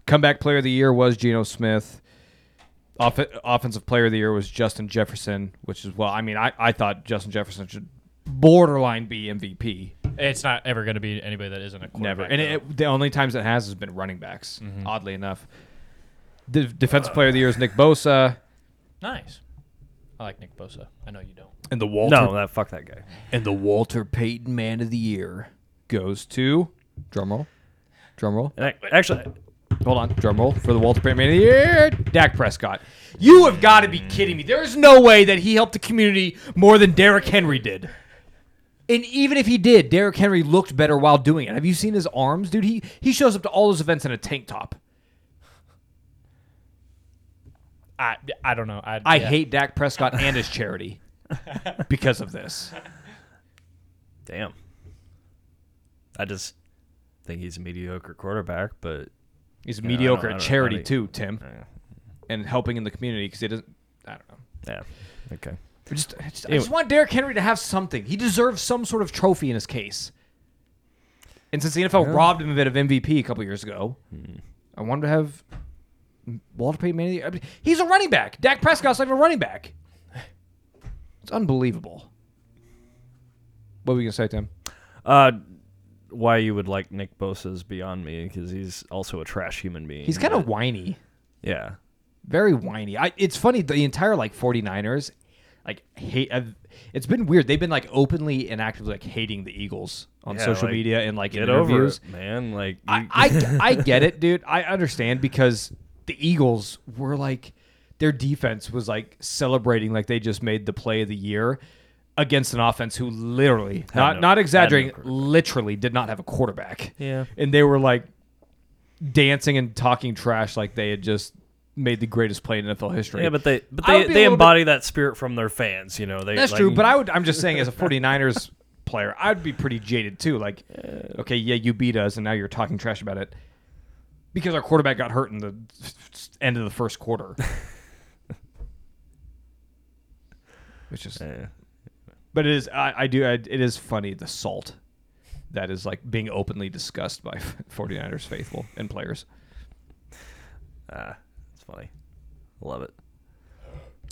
[SPEAKER 1] Comeback player of the year was Geno Smith. Off- offensive player of the year was Justin Jefferson, which is well. I mean, I, I thought Justin Jefferson should borderline be MVP.
[SPEAKER 3] It's not ever going to be anybody that isn't a quarterback.
[SPEAKER 1] Never, and
[SPEAKER 3] though.
[SPEAKER 1] it, it- the only times it has has been running backs. Oddly enough, the defensive player of the year is Nick Bosa,
[SPEAKER 3] nice. I like Nick Bosa. I know you don't.
[SPEAKER 1] and the Walter
[SPEAKER 2] No, that fuck that guy.
[SPEAKER 1] and the Walter Payton Man of the Year goes to drumroll, drumroll.
[SPEAKER 2] And I, actually,
[SPEAKER 1] Hold on, drum roll for the Walter Payton Man of the Year, Dak Prescott. You have got to be kidding me. There is no way that he helped the community more than Derrick Henry did. And even if he did, Derrick Henry looked better while doing it. Have you seen his arms, dude? He he shows up to all those events in a tank top.
[SPEAKER 3] I I don't know. I,
[SPEAKER 1] I
[SPEAKER 3] yeah.
[SPEAKER 1] hate Dak Prescott and his
[SPEAKER 2] [LAUGHS]
[SPEAKER 1] charity because of this.
[SPEAKER 2] Damn. I just think he's a mediocre quarterback, but
[SPEAKER 1] He's
[SPEAKER 2] I don't-
[SPEAKER 1] mediocre
[SPEAKER 2] I
[SPEAKER 1] at
[SPEAKER 2] don't-
[SPEAKER 1] charity
[SPEAKER 2] I don't-
[SPEAKER 1] too, Tim,
[SPEAKER 2] uh,
[SPEAKER 1] and helping in the community because he doesn't. I don't know.
[SPEAKER 2] yeah. Okay.
[SPEAKER 1] I just, I just, I
[SPEAKER 2] Anyway.
[SPEAKER 1] just want Derrick Henry to have something. He deserves some sort of trophy in his case. And since the NFL robbed him of it of MVP a couple years ago,
[SPEAKER 2] Hmm.
[SPEAKER 1] I wanted to have Walter Payton Man of the Year. I mean, he's a running back. Dak Prescott's not even a running back. It's unbelievable. What were we gonna say, Tim?
[SPEAKER 2] Uh, why you would like Nick Bosa's beyond me because he's also a trash human being.
[SPEAKER 1] He's kind of
[SPEAKER 2] but-
[SPEAKER 1] whiny.
[SPEAKER 2] yeah.
[SPEAKER 1] very whiny. I, it's funny the entire like 49ers like hate I've, it's been weird. They've been like openly and actively like hating the Eagles on
[SPEAKER 2] Yeah,
[SPEAKER 1] social
[SPEAKER 2] like,
[SPEAKER 1] media and like in
[SPEAKER 2] Get over
[SPEAKER 1] interviews.
[SPEAKER 2] it, man. Like you,
[SPEAKER 1] I,
[SPEAKER 2] [LAUGHS]
[SPEAKER 1] I I get it, dude. I understand because the Eagles were like their defense was like celebrating like they just made the play of the year against an offense who literally not
[SPEAKER 2] no- had
[SPEAKER 1] not
[SPEAKER 2] no
[SPEAKER 1] exaggerating
[SPEAKER 2] quarterback.
[SPEAKER 1] literally did not have a quarterback.
[SPEAKER 2] Yeah.
[SPEAKER 1] And they were like dancing and talking trash like they had just made the greatest play in NFL history.
[SPEAKER 2] yeah, but they but
[SPEAKER 1] I would
[SPEAKER 2] they,
[SPEAKER 1] be a
[SPEAKER 2] they
[SPEAKER 1] little bit-
[SPEAKER 2] embody that spirit from their fans. You know. They,
[SPEAKER 1] That's
[SPEAKER 2] like-
[SPEAKER 1] true, but I would I'm just saying as a 49ers [LAUGHS] player, I'd be pretty jaded too. Like okay, yeah, you beat us and now you're talking trash about it. Because our quarterback got hurt in the end of the first
[SPEAKER 2] [LAUGHS]
[SPEAKER 1] quarter. Which is
[SPEAKER 2] Yeah.
[SPEAKER 1] but it is I, I do I, it is funny the salt that is like being openly discussed by [LAUGHS] 49ers faithful and players.
[SPEAKER 2] Ah, it's funny. Love it.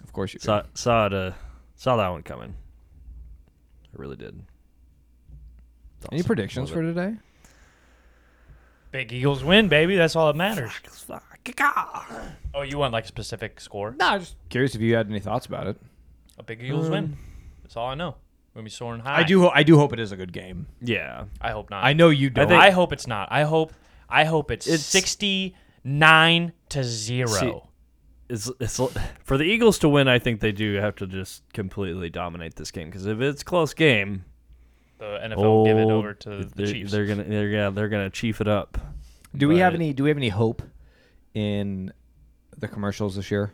[SPEAKER 1] Of course you
[SPEAKER 2] Saw saw it, uh, saw that one coming. I really did. It's
[SPEAKER 1] Any
[SPEAKER 2] awesome.
[SPEAKER 1] predictions
[SPEAKER 2] Love
[SPEAKER 1] for today?
[SPEAKER 3] Big Eagles win, baby. That's all that matters.
[SPEAKER 2] it. Fuck, kick off.
[SPEAKER 3] Oh, you want like a specific score?
[SPEAKER 1] No, just curious if you had any thoughts about it.
[SPEAKER 3] A big Eagles win. That's all I know. We're gonna be soaring high.
[SPEAKER 1] Um, I do ho- I do hope it is a good game.
[SPEAKER 2] Yeah.
[SPEAKER 3] I hope not.
[SPEAKER 1] I know you
[SPEAKER 3] I,
[SPEAKER 1] don't.
[SPEAKER 3] hope it's not. I hope. I hope it's,
[SPEAKER 2] It's-
[SPEAKER 3] sixty nine to zero.
[SPEAKER 2] See- It's, it's [LAUGHS] for the Eagles to win. I think they do have to just completely dominate this game because if it's a close game,
[SPEAKER 3] the NFL will give it
[SPEAKER 2] oh,
[SPEAKER 3] over to the
[SPEAKER 2] they're,
[SPEAKER 3] Chiefs.
[SPEAKER 2] They're gonna they're yeah they're gonna chief it up.
[SPEAKER 1] do we have
[SPEAKER 2] but-
[SPEAKER 1] any do we have any hope in the commercials this year?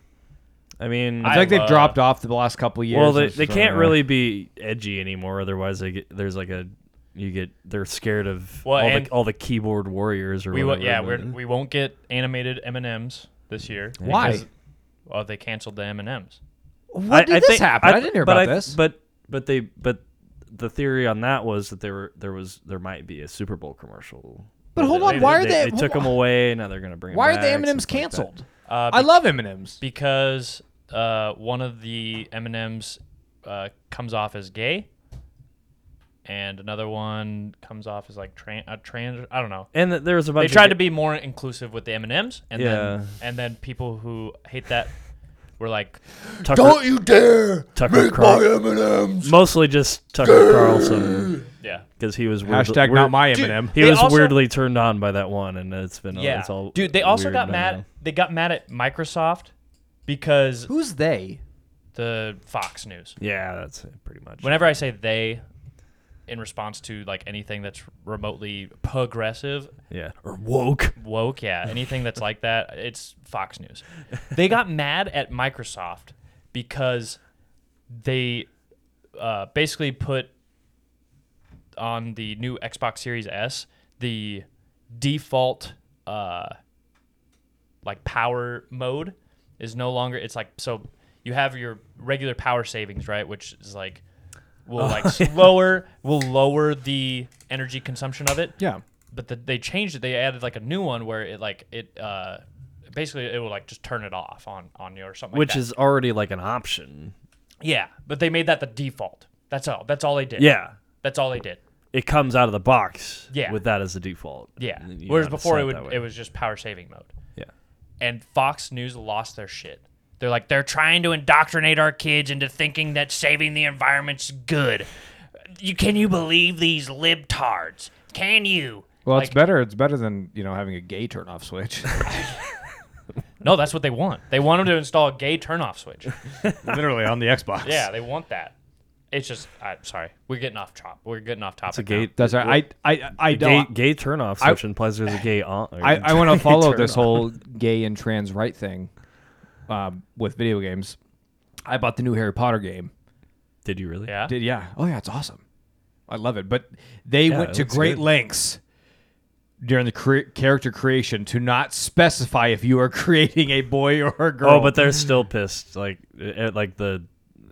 [SPEAKER 2] I mean,
[SPEAKER 1] I
[SPEAKER 3] I
[SPEAKER 1] feel like they've
[SPEAKER 3] love-
[SPEAKER 1] dropped off the last couple of years.
[SPEAKER 2] well they,
[SPEAKER 1] It's
[SPEAKER 2] they
[SPEAKER 1] just,
[SPEAKER 2] can't
[SPEAKER 1] uh,
[SPEAKER 2] really be edgy anymore. Otherwise, they get, there's like a you get they're scared of
[SPEAKER 3] Well,
[SPEAKER 2] all
[SPEAKER 3] and-
[SPEAKER 2] the all the keyboard warriors or
[SPEAKER 3] we won't.
[SPEAKER 2] whatever.
[SPEAKER 3] Yeah,
[SPEAKER 2] but-
[SPEAKER 3] we're, we won't get animated M and M's this year.
[SPEAKER 1] uh, Why?
[SPEAKER 3] because- Well, they canceled the M and M's.
[SPEAKER 1] What did this
[SPEAKER 2] think-
[SPEAKER 1] happen? I,
[SPEAKER 2] th-
[SPEAKER 1] didn't hear
[SPEAKER 2] but
[SPEAKER 1] about
[SPEAKER 2] I th-
[SPEAKER 1] this.
[SPEAKER 2] But but they but the theory on that was that there were there was there might be a Super Bowl commercial.
[SPEAKER 1] But hold on, why are they-
[SPEAKER 2] They, took them away. Now they're gonna bring. 'em
[SPEAKER 1] Why are the
[SPEAKER 2] back,
[SPEAKER 1] M and M's
[SPEAKER 2] stuff like that.
[SPEAKER 1] canceled?
[SPEAKER 3] Uh,
[SPEAKER 1] I love M and M's.
[SPEAKER 3] because uh, one of the M and M's uh, comes off as gay, and another one comes off as like trans. Uh, trans I don't know.
[SPEAKER 2] And th- there was a bunch.
[SPEAKER 3] They
[SPEAKER 2] of
[SPEAKER 3] tried
[SPEAKER 2] ga-
[SPEAKER 3] to be more inclusive with the M and M's, and
[SPEAKER 2] Yeah.
[SPEAKER 3] then and then people who hate that were like,
[SPEAKER 2] Tucker,
[SPEAKER 1] you dare
[SPEAKER 2] Tucker Carl-
[SPEAKER 1] M and M's.
[SPEAKER 2] mostly just Tucker Carlson
[SPEAKER 3] yeah,
[SPEAKER 2] because he was weird,
[SPEAKER 1] Hashtag
[SPEAKER 2] weird-
[SPEAKER 1] not my M and M.
[SPEAKER 2] He
[SPEAKER 3] They
[SPEAKER 2] was
[SPEAKER 3] also-
[SPEAKER 2] weirdly turned on by that one, and it's been
[SPEAKER 3] yeah.
[SPEAKER 2] it's Oh, all
[SPEAKER 3] Dude, they also
[SPEAKER 2] weird
[SPEAKER 3] got
[SPEAKER 2] by
[SPEAKER 3] mad.
[SPEAKER 2] now.
[SPEAKER 3] They got mad at Microsoft because
[SPEAKER 1] Who's they?
[SPEAKER 3] the Fox News.
[SPEAKER 2] Yeah, that's it, pretty much.
[SPEAKER 3] Whenever I say they, in response to like anything that's remotely progressive,
[SPEAKER 2] yeah, or woke.
[SPEAKER 3] [LAUGHS] woke, yeah, anything that's like that, it's Fox News. They got mad at Microsoft because they uh, basically put on the new Xbox Series S the default uh, like power mode is no longer. It's like so you have your regular power savings, right? Which is like will like lower will lower the energy consumption of it
[SPEAKER 1] Yeah.
[SPEAKER 3] but the, they changed it. They added like a new one where it like it uh, basically it will like just turn it off on on you or something.
[SPEAKER 2] Which
[SPEAKER 3] like that.
[SPEAKER 2] is already like an option.
[SPEAKER 3] yeah, but they made that the default. That's all. That's all they did.
[SPEAKER 2] Yeah,
[SPEAKER 3] that's all they did.
[SPEAKER 2] it comes out of the box
[SPEAKER 3] Yeah.
[SPEAKER 2] with that as the default.
[SPEAKER 3] Yeah.
[SPEAKER 2] And you
[SPEAKER 3] Whereas
[SPEAKER 2] know, it's
[SPEAKER 3] before
[SPEAKER 2] set
[SPEAKER 3] it would
[SPEAKER 2] that way.
[SPEAKER 3] it was just power saving mode.
[SPEAKER 2] yeah.
[SPEAKER 3] And Fox News lost their shit. They're like they're trying to indoctrinate our kids into thinking that saving the environment's good. You can you believe these libtards? Can you?
[SPEAKER 1] Well, it's
[SPEAKER 3] Like-
[SPEAKER 1] better. It's better than you know having a gay turnoff switch.
[SPEAKER 3] No, that's what they want. They want them to install a gay turnoff switch.
[SPEAKER 1] [LAUGHS] Literally on the Xbox.
[SPEAKER 3] Yeah, they want that. It's just, I'm sorry, we're getting off top. We're getting off topic.
[SPEAKER 2] It's a
[SPEAKER 1] [LAUGHS]
[SPEAKER 2] gate.
[SPEAKER 1] that's right. I I I
[SPEAKER 2] a gay,
[SPEAKER 1] don't.
[SPEAKER 3] [LAUGHS]
[SPEAKER 2] gay turnoff
[SPEAKER 1] I-
[SPEAKER 2] switch implies there's a gay on.
[SPEAKER 1] I, I
[SPEAKER 2] [LAUGHS]
[SPEAKER 1] want to follow this whole gay and trans right thing um, with video games. I bought the new Harry Potter game.
[SPEAKER 2] Did you really?
[SPEAKER 3] Now. Yeah.
[SPEAKER 1] Did yeah? Oh yeah, it's awesome. I love it. But they
[SPEAKER 2] Yeah,
[SPEAKER 1] went
[SPEAKER 2] it
[SPEAKER 1] to
[SPEAKER 2] looks
[SPEAKER 1] great
[SPEAKER 2] good.
[SPEAKER 1] lengths during the cre- character creation to not specify if you are [LAUGHS] creating a boy or a girl.
[SPEAKER 2] Oh, but they're still pissed. Like, at, like the,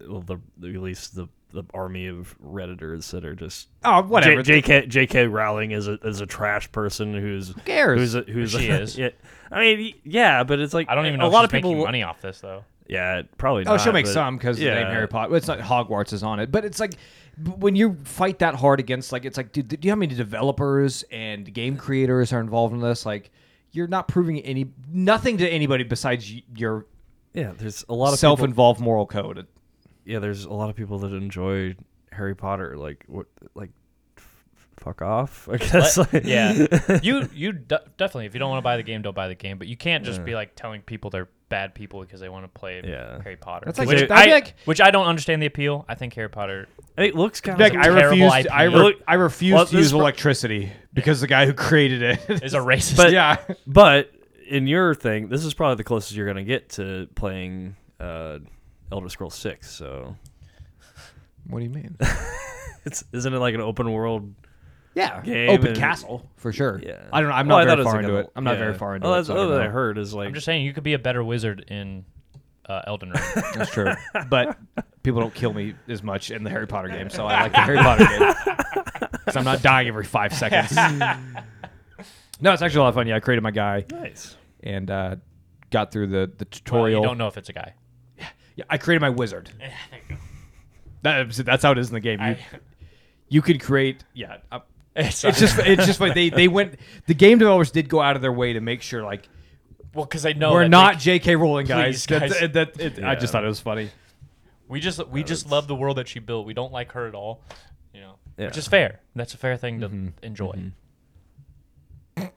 [SPEAKER 2] well, the at least the the army of redditors that are just
[SPEAKER 1] oh whatever.
[SPEAKER 2] J- J.K. J.K. Rowling is a is a trash person who's who
[SPEAKER 1] cares?
[SPEAKER 2] Who's a, who's
[SPEAKER 3] She
[SPEAKER 2] a- [LAUGHS]
[SPEAKER 3] is.
[SPEAKER 2] Yeah, I mean, yeah, but it's like
[SPEAKER 3] I don't even know
[SPEAKER 2] a
[SPEAKER 3] if
[SPEAKER 2] lot
[SPEAKER 3] she's
[SPEAKER 2] of people.
[SPEAKER 3] making money off this, though.
[SPEAKER 2] Yeah, probably.
[SPEAKER 1] Oh,
[SPEAKER 2] not,
[SPEAKER 1] she'll make
[SPEAKER 2] but-
[SPEAKER 1] some because the name
[SPEAKER 2] yeah.
[SPEAKER 1] Harry Potter. well, It's not Hogwarts is on it, but it's like b- when you fight that hard against like it's like, dude, do you know how many developers and game creators are involved in this? Like, you're not proving any nothing to anybody besides y- your
[SPEAKER 2] Yeah, there's a lot of people-
[SPEAKER 1] self-involved moral code.
[SPEAKER 2] yeah, there's a lot of people that enjoy Harry Potter. Like what? Like, f- fuck off. [LAUGHS] I guess. like- [LAUGHS]
[SPEAKER 3] yeah, you you de- definitely if you don't want to buy the game, don't buy the game. But you can't just be like telling people they're bad people because they want to play
[SPEAKER 2] Yeah.
[SPEAKER 3] Harry Potter.
[SPEAKER 1] That's like-
[SPEAKER 3] which,
[SPEAKER 2] that'd
[SPEAKER 1] be
[SPEAKER 3] I,
[SPEAKER 1] like-
[SPEAKER 3] which I don't understand the appeal. I think Harry Potter.
[SPEAKER 2] it looks kind
[SPEAKER 1] Like,
[SPEAKER 2] of.
[SPEAKER 1] I
[SPEAKER 3] a terrible
[SPEAKER 1] refuse.
[SPEAKER 3] IP.
[SPEAKER 1] I, re-
[SPEAKER 2] Look-
[SPEAKER 1] I refuse
[SPEAKER 2] well,
[SPEAKER 1] to
[SPEAKER 2] this
[SPEAKER 1] use
[SPEAKER 2] pro-
[SPEAKER 1] electricity because the guy who created it. [LAUGHS]
[SPEAKER 3] Is a racist.
[SPEAKER 2] But-
[SPEAKER 1] yeah,
[SPEAKER 2] But in your thing, this is probably the closest you're gonna get to playing uh, Elder Scrolls Six. So
[SPEAKER 1] what do you mean?
[SPEAKER 2] it's isn't it like an open world?
[SPEAKER 1] Yeah,
[SPEAKER 2] Game
[SPEAKER 1] open
[SPEAKER 2] and-
[SPEAKER 1] castle for sure.
[SPEAKER 2] Yeah.
[SPEAKER 1] I don't know. I'm
[SPEAKER 2] Oh, I
[SPEAKER 1] not very
[SPEAKER 2] thought was
[SPEAKER 1] far
[SPEAKER 2] like
[SPEAKER 1] into
[SPEAKER 2] a-
[SPEAKER 1] it. I'm not
[SPEAKER 2] yeah.
[SPEAKER 1] very far into
[SPEAKER 2] Oh,
[SPEAKER 1] it.
[SPEAKER 2] that's
[SPEAKER 1] so I
[SPEAKER 2] oh,
[SPEAKER 1] don't
[SPEAKER 2] that I
[SPEAKER 1] know.
[SPEAKER 2] heard is like
[SPEAKER 3] I'm just saying you could be a better wizard in uh, Elden Ring.
[SPEAKER 1] That's true. [LAUGHS] but people don't kill me as much in the Harry Potter game, so I like the Harry Potter game. [LAUGHS] Because I'm not dying every five [LAUGHS] seconds. no, it's actually a lot of fun. Yeah, I created my guy
[SPEAKER 2] nice.
[SPEAKER 1] and uh, got through the, the
[SPEAKER 3] well, you
[SPEAKER 1] tutorial.
[SPEAKER 3] don't know if it's a guy.
[SPEAKER 1] Yeah, I created my wizard. That, that's how it is in the game. You,
[SPEAKER 3] I-
[SPEAKER 1] you can create. Yeah. I-
[SPEAKER 3] [LAUGHS] It's,
[SPEAKER 1] it's [LAUGHS] just it's just like they, they went the game developers did go out of their way to make sure like
[SPEAKER 3] well because they know
[SPEAKER 1] we're
[SPEAKER 3] that
[SPEAKER 1] not
[SPEAKER 3] they-
[SPEAKER 1] JK Rowling guys.
[SPEAKER 3] Please, guys.
[SPEAKER 1] That, that, it, I
[SPEAKER 2] Yeah.
[SPEAKER 1] just thought it was funny.
[SPEAKER 3] we just we just love the world that she built. We don't like her at all. You know, which
[SPEAKER 2] Yeah.
[SPEAKER 3] is fair. That's a fair thing to
[SPEAKER 1] Mm-hmm.
[SPEAKER 3] enjoy. [LAUGHS] Sorry,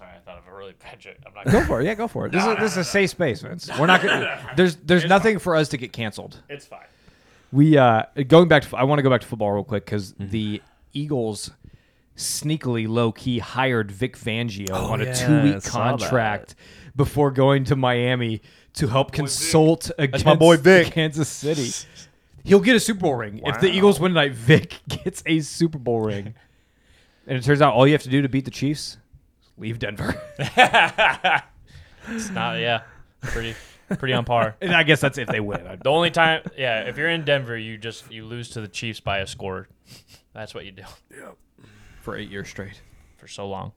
[SPEAKER 3] I thought of a really bad joke. I'm not.
[SPEAKER 1] Go for it. Yeah, go for it. This is this is a safe space, Vince. We're not gonna, there's there's nothing for us to get canceled.
[SPEAKER 3] It's fine.
[SPEAKER 1] We uh going back to I want to go back to football real quick because the Eagles sneakily low key hired Vic Fangio on
[SPEAKER 2] yeah,
[SPEAKER 1] a two
[SPEAKER 2] I
[SPEAKER 1] week
[SPEAKER 2] saw that.
[SPEAKER 1] contract before going to Miami to help consult against
[SPEAKER 3] my boy Vic.
[SPEAKER 1] Kansas City. He'll get a Super Bowl ring if the Eagles win tonight. Vic [LAUGHS] gets a Super Bowl ring, and it turns out all you have to do to beat the Chiefs is leave Denver.
[SPEAKER 3] [LAUGHS]
[SPEAKER 1] [LAUGHS]
[SPEAKER 3] It's not. Yeah, pretty pretty on par.
[SPEAKER 1] and I guess that's if they win. I-
[SPEAKER 3] The only time, yeah, if you're in Denver, you just you lose to the Chiefs by a score. That's what you do [LAUGHS]
[SPEAKER 1] for eight years straight.
[SPEAKER 3] for so long.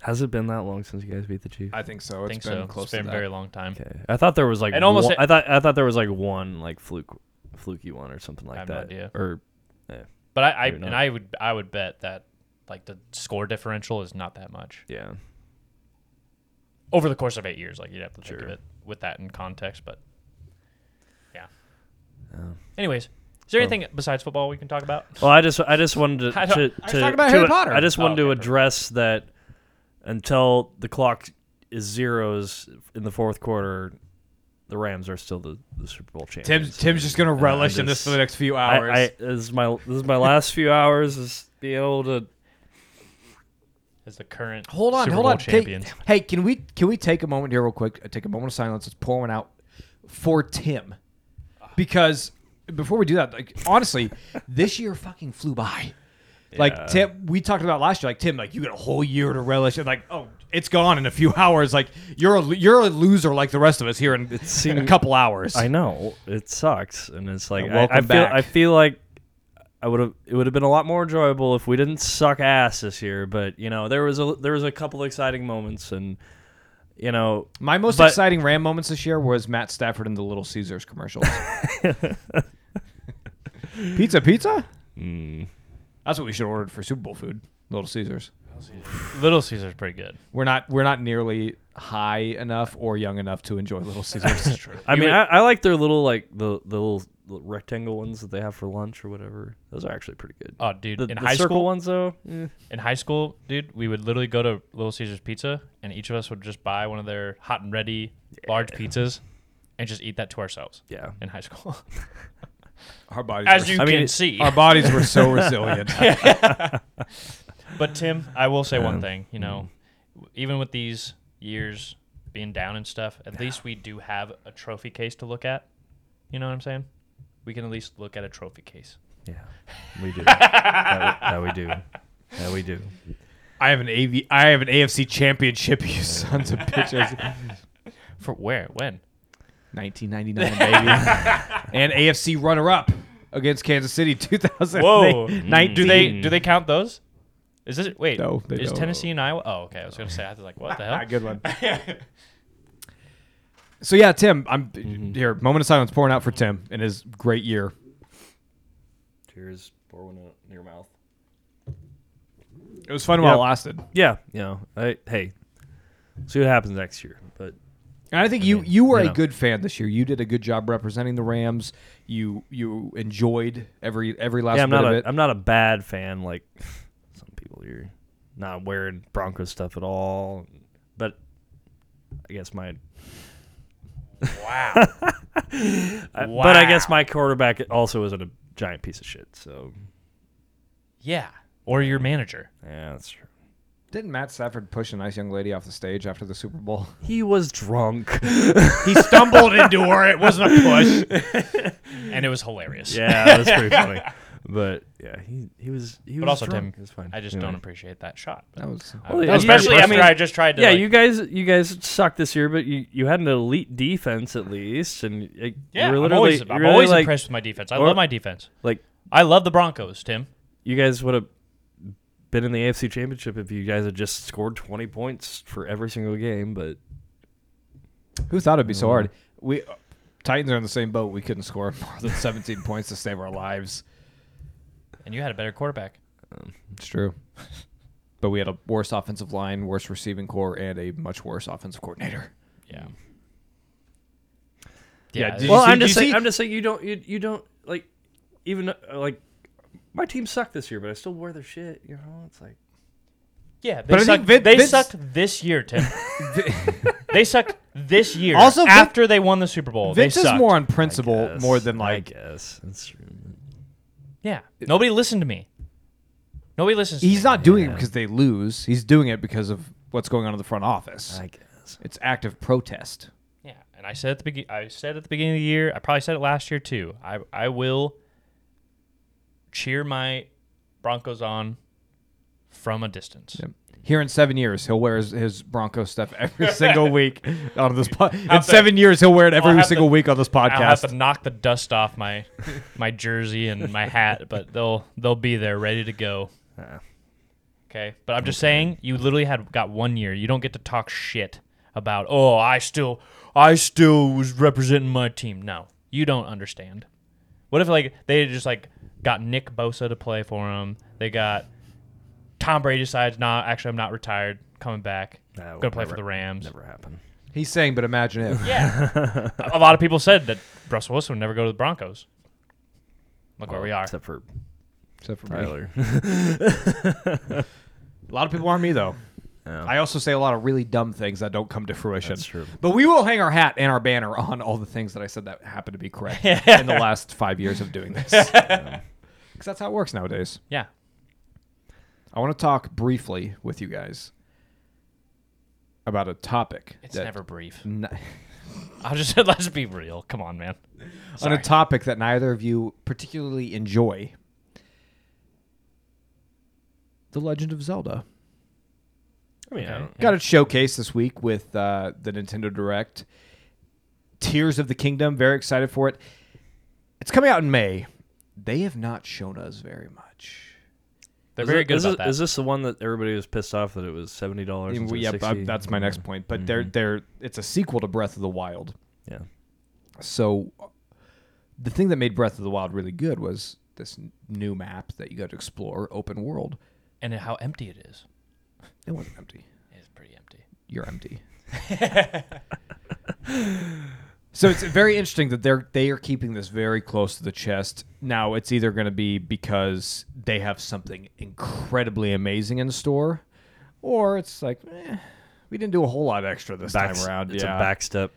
[SPEAKER 2] Has it been that long since you guys beat the Chiefs?
[SPEAKER 1] I think so.
[SPEAKER 3] I
[SPEAKER 1] It's
[SPEAKER 3] think
[SPEAKER 1] been
[SPEAKER 3] so.
[SPEAKER 1] close
[SPEAKER 3] it's been
[SPEAKER 1] to
[SPEAKER 3] a
[SPEAKER 1] that.
[SPEAKER 3] very long time.
[SPEAKER 2] Okay, I thought there was like
[SPEAKER 3] And almost
[SPEAKER 2] one-
[SPEAKER 3] it-
[SPEAKER 2] I thought I thought there was like one like fluke, fluky one or something like
[SPEAKER 3] I have no
[SPEAKER 2] that.
[SPEAKER 3] idea.
[SPEAKER 2] Or
[SPEAKER 3] But I, I
[SPEAKER 2] Maybe
[SPEAKER 3] and
[SPEAKER 2] not.
[SPEAKER 3] I would I would bet that like the score differential is not that much
[SPEAKER 2] yeah,
[SPEAKER 3] over the course of eight years. Like you'd have to think
[SPEAKER 2] Sure.
[SPEAKER 3] of it with that in context. But yeah.
[SPEAKER 2] Oh.
[SPEAKER 3] Anyways, is there anything besides football we can talk about?
[SPEAKER 2] Well, I just I just wanted to
[SPEAKER 3] I
[SPEAKER 2] to,
[SPEAKER 3] don't-
[SPEAKER 2] to,
[SPEAKER 1] I was talking about Harry
[SPEAKER 2] to-
[SPEAKER 1] Potter.
[SPEAKER 2] I just
[SPEAKER 3] Oh, okay,
[SPEAKER 2] wanted to
[SPEAKER 3] perfect.
[SPEAKER 2] address that until the clock is zeros in the fourth quarter, the Rams are still the, the Super Bowl champions.
[SPEAKER 1] Tim's, Tim's just gonna
[SPEAKER 2] And I
[SPEAKER 1] relish in this
[SPEAKER 2] just-
[SPEAKER 1] for the next few
[SPEAKER 2] I,
[SPEAKER 1] hours.
[SPEAKER 2] I, this is my this is my last few hours is being able to.
[SPEAKER 3] Is the current
[SPEAKER 1] hold on,
[SPEAKER 3] Super
[SPEAKER 1] hold
[SPEAKER 3] Bowl
[SPEAKER 1] on. Take-
[SPEAKER 3] champions?
[SPEAKER 1] [LAUGHS] hey, can we can we take a moment here, real quick? uh, Take a moment of silence. Let's pour one out for Tim, because before we do that, like honestly, [LAUGHS] this year fucking flew by.
[SPEAKER 2] Yeah.
[SPEAKER 1] Like Tim, we talked about last year. Like Tim, like you got a whole year to relish, and like oh, it's gone in a few [LAUGHS] hours. Like you're a you're a loser, like the rest of us here in, in a
[SPEAKER 2] seemed-
[SPEAKER 1] couple hours.
[SPEAKER 2] I know it sucks, and it's like
[SPEAKER 1] Yeah,
[SPEAKER 2] I,
[SPEAKER 1] welcome
[SPEAKER 2] I feel
[SPEAKER 1] back.
[SPEAKER 2] I feel like I would have it would have been a lot more enjoyable if we didn't suck ass this year. But you know there was a there was a couple exciting moments, and you know
[SPEAKER 1] My most
[SPEAKER 2] But-
[SPEAKER 1] exciting Ram moments this year was Matt Stafford in the Little Caesars commercials. pizza, pizza. That's what we should have ordered for Super Bowl food. Little Caesars.
[SPEAKER 3] Little Caesar's pretty good.
[SPEAKER 1] We're not we're not nearly high enough or young enough to enjoy Little Caesars.
[SPEAKER 2] I mean, I, I like their little like the the little rectangle ones that they have for lunch or whatever. Those are actually pretty good.
[SPEAKER 3] Oh, dude,
[SPEAKER 2] the
[SPEAKER 3] in
[SPEAKER 2] the
[SPEAKER 3] high
[SPEAKER 2] circle
[SPEAKER 3] school,
[SPEAKER 2] ones though, eh.
[SPEAKER 3] in high school, dude, we would literally go to Little Caesar's Pizza, and each of us would just buy one of their hot and ready large pizzas, and just eat that to ourselves.
[SPEAKER 2] yeah.
[SPEAKER 3] In high school,
[SPEAKER 2] [LAUGHS]
[SPEAKER 1] our bodies
[SPEAKER 3] as
[SPEAKER 1] were,
[SPEAKER 3] you
[SPEAKER 2] I mean,
[SPEAKER 3] can
[SPEAKER 2] it-
[SPEAKER 3] see.
[SPEAKER 1] our bodies were so resilient.
[SPEAKER 3] But Tim, I will say one thing. You know, w- even with these years being down and stuff, at least we do have a trophy case to look at. You know what I'm saying? We can at least look at a trophy case.
[SPEAKER 2] Yeah, we [LAUGHS] do. that, we, that we do. That we do.
[SPEAKER 1] I have an AV I have an AFC championship, [LAUGHS] you sons of bitches.
[SPEAKER 3] For where? [LAUGHS] When?
[SPEAKER 1] 1999, baby. and AFC runner up against Kansas City 2000.
[SPEAKER 3] Mm. Do they do they count those? Is this wait?
[SPEAKER 1] No, they
[SPEAKER 3] is
[SPEAKER 1] don't.
[SPEAKER 3] Tennessee and Iowa? Oh, okay. I was gonna say [LAUGHS] I was like, what the hell?
[SPEAKER 1] Ah, good one. so yeah, Tim, I'm here. Moment of silence pouring out for Tim in his great year.
[SPEAKER 2] Tears pour one out in your mouth.
[SPEAKER 1] It was fun while
[SPEAKER 2] Yeah.
[SPEAKER 1] it lasted.
[SPEAKER 2] Yeah, you know, I, hey, see what happens next year. But
[SPEAKER 1] And I think you you were
[SPEAKER 2] you
[SPEAKER 1] a
[SPEAKER 2] know.
[SPEAKER 1] good fan this year. You did a good job representing the Rams. You you enjoyed every every last
[SPEAKER 2] yeah, I'm
[SPEAKER 1] bit
[SPEAKER 2] not
[SPEAKER 1] of
[SPEAKER 2] a
[SPEAKER 1] it.
[SPEAKER 2] am not a bad fan like some people. You're not wearing Broncos stuff at all. But I guess my
[SPEAKER 3] [LAUGHS] Wow. Uh,
[SPEAKER 2] I- but I guess
[SPEAKER 3] Wow.
[SPEAKER 2] my quarterback also isn't a giant piece of shit. So
[SPEAKER 3] yeah. Or your manager.
[SPEAKER 2] yeah, that's true.
[SPEAKER 1] Didn't Matt Stafford push a nice young lady off the stage after the Super Bowl? [LAUGHS]
[SPEAKER 2] He was drunk.
[SPEAKER 3] He stumbled into her. It wasn't a push. [LAUGHS] and it was hilarious.
[SPEAKER 2] yeah, [LAUGHS] that's pretty funny. But yeah, he he was he was.
[SPEAKER 3] But also,
[SPEAKER 2] drunk.
[SPEAKER 3] Tim,
[SPEAKER 2] It's fine.
[SPEAKER 3] I just
[SPEAKER 2] Anyway.
[SPEAKER 3] don't appreciate that shot.
[SPEAKER 1] Uh, That was
[SPEAKER 3] Uh,
[SPEAKER 2] Well, yeah,
[SPEAKER 3] Especially
[SPEAKER 2] you-
[SPEAKER 3] after I,
[SPEAKER 2] mean,
[SPEAKER 3] just tried to.
[SPEAKER 2] Yeah,
[SPEAKER 3] like-
[SPEAKER 2] you guys, you guys sucked this year, but you, you had an elite defense at least, and like,
[SPEAKER 3] Yeah,
[SPEAKER 2] you were
[SPEAKER 3] I'm
[SPEAKER 2] literally,
[SPEAKER 3] always,
[SPEAKER 2] you
[SPEAKER 3] I'm
[SPEAKER 2] really,
[SPEAKER 3] always
[SPEAKER 2] like,
[SPEAKER 3] impressed with my defense. I
[SPEAKER 2] or-
[SPEAKER 3] love my defense.
[SPEAKER 2] Like
[SPEAKER 3] I love the Broncos, Tim.
[SPEAKER 2] you guys would have been in the AFC Championship if you guys had just scored twenty points for every single game. But
[SPEAKER 1] Who thought it'd be so hard? We Titans are in the same boat. We couldn't score more than 17 points to save our lives.
[SPEAKER 3] And you had a better quarterback.
[SPEAKER 1] It's true. But we had a worse offensive line, worse receiving core, and a much worse offensive coordinator.
[SPEAKER 3] Yeah.
[SPEAKER 1] Yeah,
[SPEAKER 3] Yeah.
[SPEAKER 1] did you
[SPEAKER 2] well,
[SPEAKER 1] see-
[SPEAKER 2] I'm
[SPEAKER 1] did
[SPEAKER 2] just
[SPEAKER 1] you
[SPEAKER 2] saying,
[SPEAKER 1] see-
[SPEAKER 2] I'm just saying you don't, you, you don't like even uh, like my team sucked this year, but I still wear their shit. You know, it's like
[SPEAKER 3] yeah, they,
[SPEAKER 1] But I think
[SPEAKER 3] sucked,
[SPEAKER 1] Vin-
[SPEAKER 3] they
[SPEAKER 1] Vince-
[SPEAKER 3] sucked this year, Tim. [LAUGHS] they sucked this year.
[SPEAKER 1] Also,
[SPEAKER 3] Also,
[SPEAKER 1] Vin-
[SPEAKER 3] after they won the Super Bowl,
[SPEAKER 1] Vince
[SPEAKER 3] they
[SPEAKER 1] is
[SPEAKER 3] sucked.
[SPEAKER 1] more on principle
[SPEAKER 2] Yes,
[SPEAKER 1] more than
[SPEAKER 2] I
[SPEAKER 1] like
[SPEAKER 2] guess that's true.
[SPEAKER 3] Yeah, nobody listened to me. Nobody listens.
[SPEAKER 1] he's
[SPEAKER 3] to me.
[SPEAKER 1] not doing it
[SPEAKER 2] Yeah.
[SPEAKER 1] because they lose. He's doing it because of what's going on in the front office.
[SPEAKER 2] I guess
[SPEAKER 1] it's active protest.
[SPEAKER 3] Yeah, and I said at the begin. I said at the beginning of the year. I probably said it last year too. I I will cheer my Broncos on from a distance.
[SPEAKER 1] Here in seven years, he'll wear his, his Bronco stuff
[SPEAKER 3] [LAUGHS]
[SPEAKER 1] every single week on this. Po- in seven years, he'll wear it
[SPEAKER 3] I'll
[SPEAKER 1] every
[SPEAKER 3] have
[SPEAKER 1] single
[SPEAKER 3] to-
[SPEAKER 1] week on this podcast.
[SPEAKER 3] I'll have to knock the dust off [LAUGHS] my my jersey and my hat, but they'll they'll be there ready to go.
[SPEAKER 2] Ah.
[SPEAKER 3] Okay, but I'm just saying, you literally had got one year. You don't get to talk shit about oh, I still I still was representing my team. No, you don't understand. What if like they just like got Nick Bosa to play for him? They got Tom Brady decides, nah, actually I'm not retired, coming back,
[SPEAKER 2] Nah,
[SPEAKER 3] gonna play
[SPEAKER 2] never-
[SPEAKER 3] for the Rams.
[SPEAKER 2] never happened.
[SPEAKER 1] He's saying, but imagine if.
[SPEAKER 3] [LAUGHS] Yeah. a lot of people said that Russell Wilson would never go to the Broncos. Look where we are. [LAUGHS]
[SPEAKER 2] except for
[SPEAKER 1] Except for me.
[SPEAKER 2] Tyler.
[SPEAKER 1] A lot of people aren't me
[SPEAKER 2] [LAUGHS]
[SPEAKER 1] though. I also say a lot of really dumb things that don't come to fruition.
[SPEAKER 2] That's true.
[SPEAKER 1] But we will hang our hat and our banner on all the things that I said that happen to be correct in
[SPEAKER 2] [LAUGHS]
[SPEAKER 1] the last five years of doing this. Because that's how it works nowadays.
[SPEAKER 3] Yeah.
[SPEAKER 1] I want to talk briefly with you guys about a topic.
[SPEAKER 3] It's
[SPEAKER 1] that-
[SPEAKER 3] never brief. [LAUGHS]
[SPEAKER 1] n-
[SPEAKER 3] I just [LAUGHS] said, let's be real. Come on, man.
[SPEAKER 1] [LAUGHS] on a topic that neither of you particularly enjoy. The Legend of Zelda.
[SPEAKER 2] I mean, I
[SPEAKER 3] Okay.
[SPEAKER 2] don't,
[SPEAKER 1] Got a showcase this week with uh, the Nintendo Direct. Tears of the Kingdom, very excited for it. It's coming out in May. They have not shown us very much.
[SPEAKER 3] They're
[SPEAKER 2] Is
[SPEAKER 3] very
[SPEAKER 2] it-
[SPEAKER 3] good
[SPEAKER 2] is
[SPEAKER 3] about
[SPEAKER 2] it-
[SPEAKER 3] that.
[SPEAKER 2] Is this the one that everybody was pissed off that it was seventy dollars?
[SPEAKER 1] And we- yeah, but that's my next point. But they're they're it's a sequel to Breath of the Wild.
[SPEAKER 2] yeah.
[SPEAKER 1] So the thing that made Breath of the Wild really good was this n- new map that you got to explore, open world.
[SPEAKER 3] and how empty it is.
[SPEAKER 1] It wasn't empty.
[SPEAKER 3] It's pretty empty.
[SPEAKER 1] You're
[SPEAKER 2] [LAUGHS]
[SPEAKER 1] empty. so it's very interesting that they're they are keeping this very close to the chest. Now it's either going to be because they have something incredibly amazing in store, or it's like eh, we didn't do a whole lot extra this
[SPEAKER 2] Backs-
[SPEAKER 1] time around.
[SPEAKER 2] It's
[SPEAKER 1] yeah,
[SPEAKER 2] a backstep.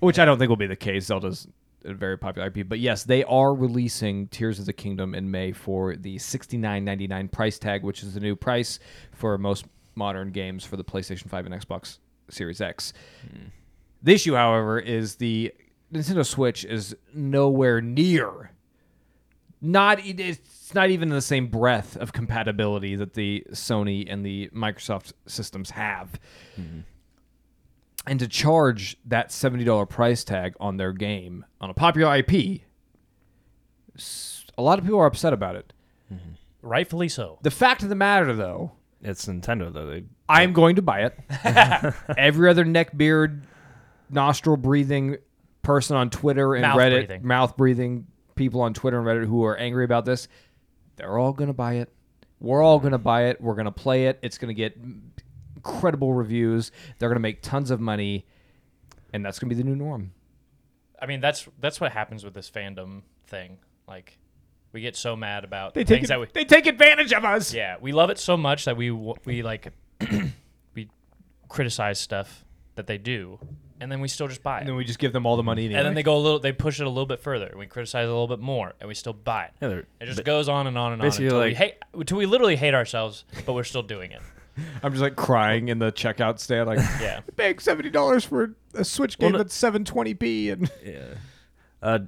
[SPEAKER 1] which I don't think will be the case. Zelda's a very popular IP, but yes, they are releasing Tears of the Kingdom in May for the sixty nine ninety nine price tag, which is the new price for most modern games for the PlayStation Five and Xbox Series X. The issue, however, is the Nintendo Switch is nowhere near. Not it- it's not even in the same breath of compatibility that the Sony and the Microsoft systems have and to charge that $70 price tag on their game on a popular IP, s- a lot of people are upset about it.
[SPEAKER 3] Rightfully so.
[SPEAKER 1] The fact of the matter, though,
[SPEAKER 2] It's Nintendo though. They
[SPEAKER 1] I'm going to buy
[SPEAKER 3] [LAUGHS]
[SPEAKER 1] it. Every other neckbeard, nostril breathing person on Twitter and
[SPEAKER 3] Mouth
[SPEAKER 1] Reddit,
[SPEAKER 3] breathing.
[SPEAKER 1] mouth breathing people on Twitter and Reddit who are angry about this, they're all going to buy it. We're all going to buy it. We're going to play it. It's going to get incredible reviews. They're going to make tons of money, and that's going to be the new norm.
[SPEAKER 3] I mean, that's that's what happens with this fandom thing. Like, we get so mad about
[SPEAKER 1] They take
[SPEAKER 3] things that we
[SPEAKER 1] they take advantage of us.
[SPEAKER 3] yeah we love it so much that we w- we like [CLEARS THROAT] we criticize stuff that they do, and then we still just buy it.
[SPEAKER 1] And then we just give them all the money. Anyway.
[SPEAKER 3] and then they go a little, they push it a little bit further. We criticize it a little bit more, and we still buy it.
[SPEAKER 2] Yeah, they're-
[SPEAKER 3] it just
[SPEAKER 2] ba-
[SPEAKER 3] goes on and on and on
[SPEAKER 2] basically
[SPEAKER 3] until we
[SPEAKER 2] like-
[SPEAKER 3] hate, until we literally hate ourselves, but we're still doing
[SPEAKER 2] [LAUGHS]
[SPEAKER 3] it.
[SPEAKER 1] I'm just like crying in the checkout stand, [LAUGHS] like
[SPEAKER 3] Yeah.
[SPEAKER 1] paying seventy dollars for a Switch
[SPEAKER 2] Well,
[SPEAKER 1] game
[SPEAKER 2] no-
[SPEAKER 1] that's seven twenty p and
[SPEAKER 2] yeah. Uh,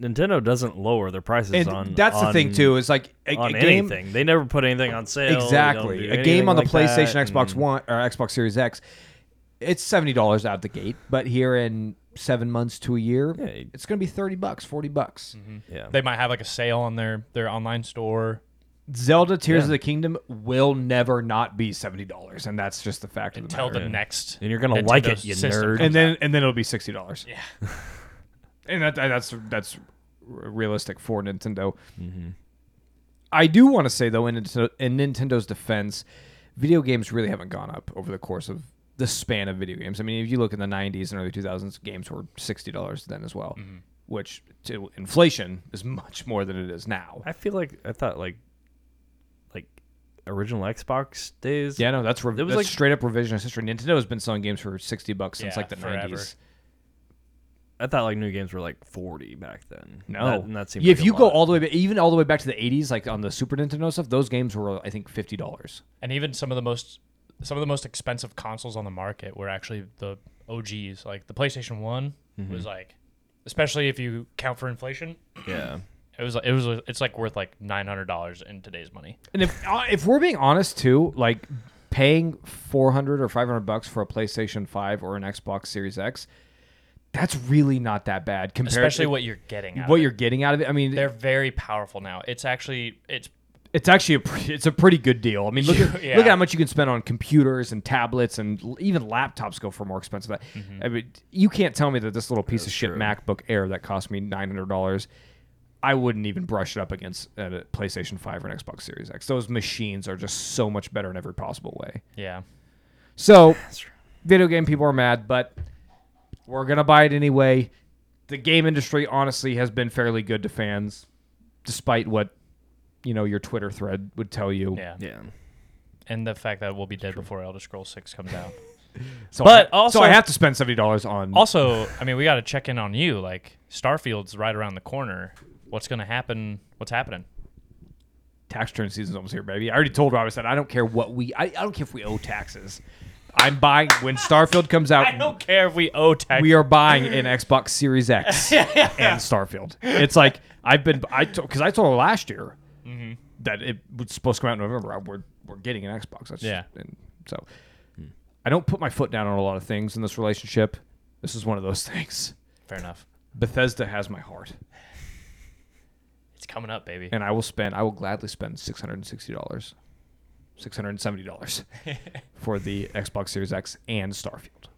[SPEAKER 2] Nintendo doesn't lower their prices
[SPEAKER 1] and
[SPEAKER 2] on.
[SPEAKER 1] that's the
[SPEAKER 2] on-
[SPEAKER 1] thing too. Is like a,
[SPEAKER 2] on
[SPEAKER 1] a game
[SPEAKER 2] anything. They never put anything on sale. They don't
[SPEAKER 1] exactly
[SPEAKER 2] do
[SPEAKER 1] a game
[SPEAKER 2] anything
[SPEAKER 1] on the
[SPEAKER 2] like
[SPEAKER 1] PlayStation,
[SPEAKER 2] that,
[SPEAKER 1] Xbox
[SPEAKER 2] and-
[SPEAKER 1] One, or Xbox Series X. It's seventy dollars out the gate, but here in seven months to a year,
[SPEAKER 2] Yeah, it-
[SPEAKER 1] it's going to be thirty bucks, forty bucks.
[SPEAKER 2] Yeah.
[SPEAKER 3] They might have like a sale on their their online store.
[SPEAKER 1] Zelda Tears
[SPEAKER 2] Yeah.
[SPEAKER 1] of the Kingdom will never not be seventy dollars, and that's just the fact of the
[SPEAKER 3] Until
[SPEAKER 1] matter.
[SPEAKER 3] the next.
[SPEAKER 2] And you're gonna like it,
[SPEAKER 3] Nintendo
[SPEAKER 2] you
[SPEAKER 3] system
[SPEAKER 2] nerd.
[SPEAKER 3] comes
[SPEAKER 1] and
[SPEAKER 3] out.
[SPEAKER 1] then and then it'll be sixty dollars. Yeah, [LAUGHS] and that that's that's realistic for Nintendo.
[SPEAKER 2] Mm-hmm.
[SPEAKER 1] I do want to say though, in, Nintendo, in Nintendo's defense, video games really haven't gone up over the course of the span of video games. I mean, if you look in the '90s and early 2000s, games were sixty dollars then as well,
[SPEAKER 3] Mm-hmm.
[SPEAKER 1] which to inflation is much more than it is now.
[SPEAKER 2] I feel like I thought like like original Xbox days.
[SPEAKER 1] Yeah, no, that's, re-
[SPEAKER 2] It was
[SPEAKER 1] that's
[SPEAKER 2] like-
[SPEAKER 1] straight up revisionist history. Nintendo has been selling games for sixty bucks since
[SPEAKER 3] Yeah,
[SPEAKER 1] like the
[SPEAKER 3] forever.
[SPEAKER 1] '90s.
[SPEAKER 2] I thought like new games were like forty back then.
[SPEAKER 1] No,
[SPEAKER 2] that, and that seemed
[SPEAKER 1] if
[SPEAKER 2] like a
[SPEAKER 1] you go
[SPEAKER 2] lot.
[SPEAKER 1] all the way, ba- even all the way back to the '80s, like on the Super Nintendo stuff, those games were I think fifty dollars.
[SPEAKER 3] and even some of the most some of the most expensive consoles on the market were actually the OGs. Like the PlayStation One
[SPEAKER 2] Mm-hmm.
[SPEAKER 3] was like, especially if you count for inflation,
[SPEAKER 2] yeah,
[SPEAKER 3] it was it was it's like worth like nine hundred dollars in today's money.
[SPEAKER 1] And if uh, if we're being honest too, like paying four hundred or five hundred bucks for a PlayStation Five or an Xbox Series X, that's really not that bad compared
[SPEAKER 3] Especially
[SPEAKER 1] to
[SPEAKER 3] what you're getting. Out
[SPEAKER 1] what
[SPEAKER 3] of it.
[SPEAKER 1] you're getting out of it. I mean,
[SPEAKER 3] They're very powerful now. It's actually it's
[SPEAKER 1] it's actually a pre- it's a pretty good deal. I mean, look at,
[SPEAKER 3] Yeah.
[SPEAKER 1] look at how much you can spend on computers and tablets and l- even laptops go for more expensive. I- I mean, you can't tell me that this little piece of shit MacBook Air that cost me nine hundred dollars, I wouldn't even brush it up against a a PlayStation Five or an Xbox Series X. Those machines are just so much better in every possible way.
[SPEAKER 3] yeah.
[SPEAKER 1] So, video game people are mad, but we're gonna buy it anyway. The game industry honestly has been fairly good to fans, despite what you know your Twitter thread would tell you.
[SPEAKER 3] Yeah.
[SPEAKER 2] yeah.
[SPEAKER 3] And the fact that we'll be dead before Elder Scrolls 6 comes out. [LAUGHS]
[SPEAKER 1] So
[SPEAKER 3] But
[SPEAKER 1] I,
[SPEAKER 3] also-
[SPEAKER 1] so I have to spend seventy dollars on.
[SPEAKER 3] also, I mean, we got to check in on you. Like, Starfield's right around the corner. What's going to happen? What's happening?
[SPEAKER 1] tax return season's almost here, baby. I already told Rob. I said I don't care what we. I, I don't care if we owe taxes. I'm buying when Starfield comes
[SPEAKER 3] [LAUGHS] I
[SPEAKER 1] out.
[SPEAKER 3] don't care if we owe tax.
[SPEAKER 1] We are buying an Xbox Series X and Starfield. It's like I've been I because I told her last year that it was supposed to come out in November. I- We're we're getting an Xbox. That's
[SPEAKER 3] Yeah.
[SPEAKER 1] and so I don't put my foot down on a lot of things in this relationship. This is one of those [LAUGHS] things.
[SPEAKER 3] Fair enough.
[SPEAKER 1] Bethesda has my heart.
[SPEAKER 3] It's coming up, baby.
[SPEAKER 1] and I will spend. I will gladly spend six hundred and sixty dollars, six hundred and seventy dollars for the Xbox Series X and Starfield.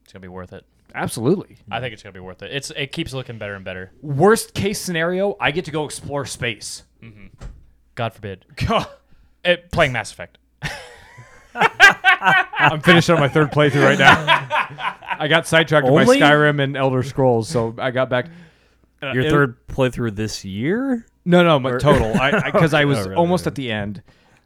[SPEAKER 3] It's going to be worth it.
[SPEAKER 1] Absolutely.
[SPEAKER 3] I think it's going to be worth it. It's It keeps looking better and better.
[SPEAKER 1] Worst case scenario, I get to go explore space.
[SPEAKER 3] [LAUGHS] God forbid.
[SPEAKER 1] God,
[SPEAKER 3] eh, playing Mass [LAUGHS] Effect.
[SPEAKER 1] I'm finishing on my third playthrough right now. I got sidetracked by
[SPEAKER 2] Only?
[SPEAKER 1] Skyrim and Elder Scrolls, so I got back. Uh,
[SPEAKER 2] Your
[SPEAKER 1] it-
[SPEAKER 2] third playthrough this year?
[SPEAKER 1] No, no, my total. I
[SPEAKER 2] [LAUGHS]
[SPEAKER 1] because I, was
[SPEAKER 2] Oh, really?
[SPEAKER 1] almost at the end,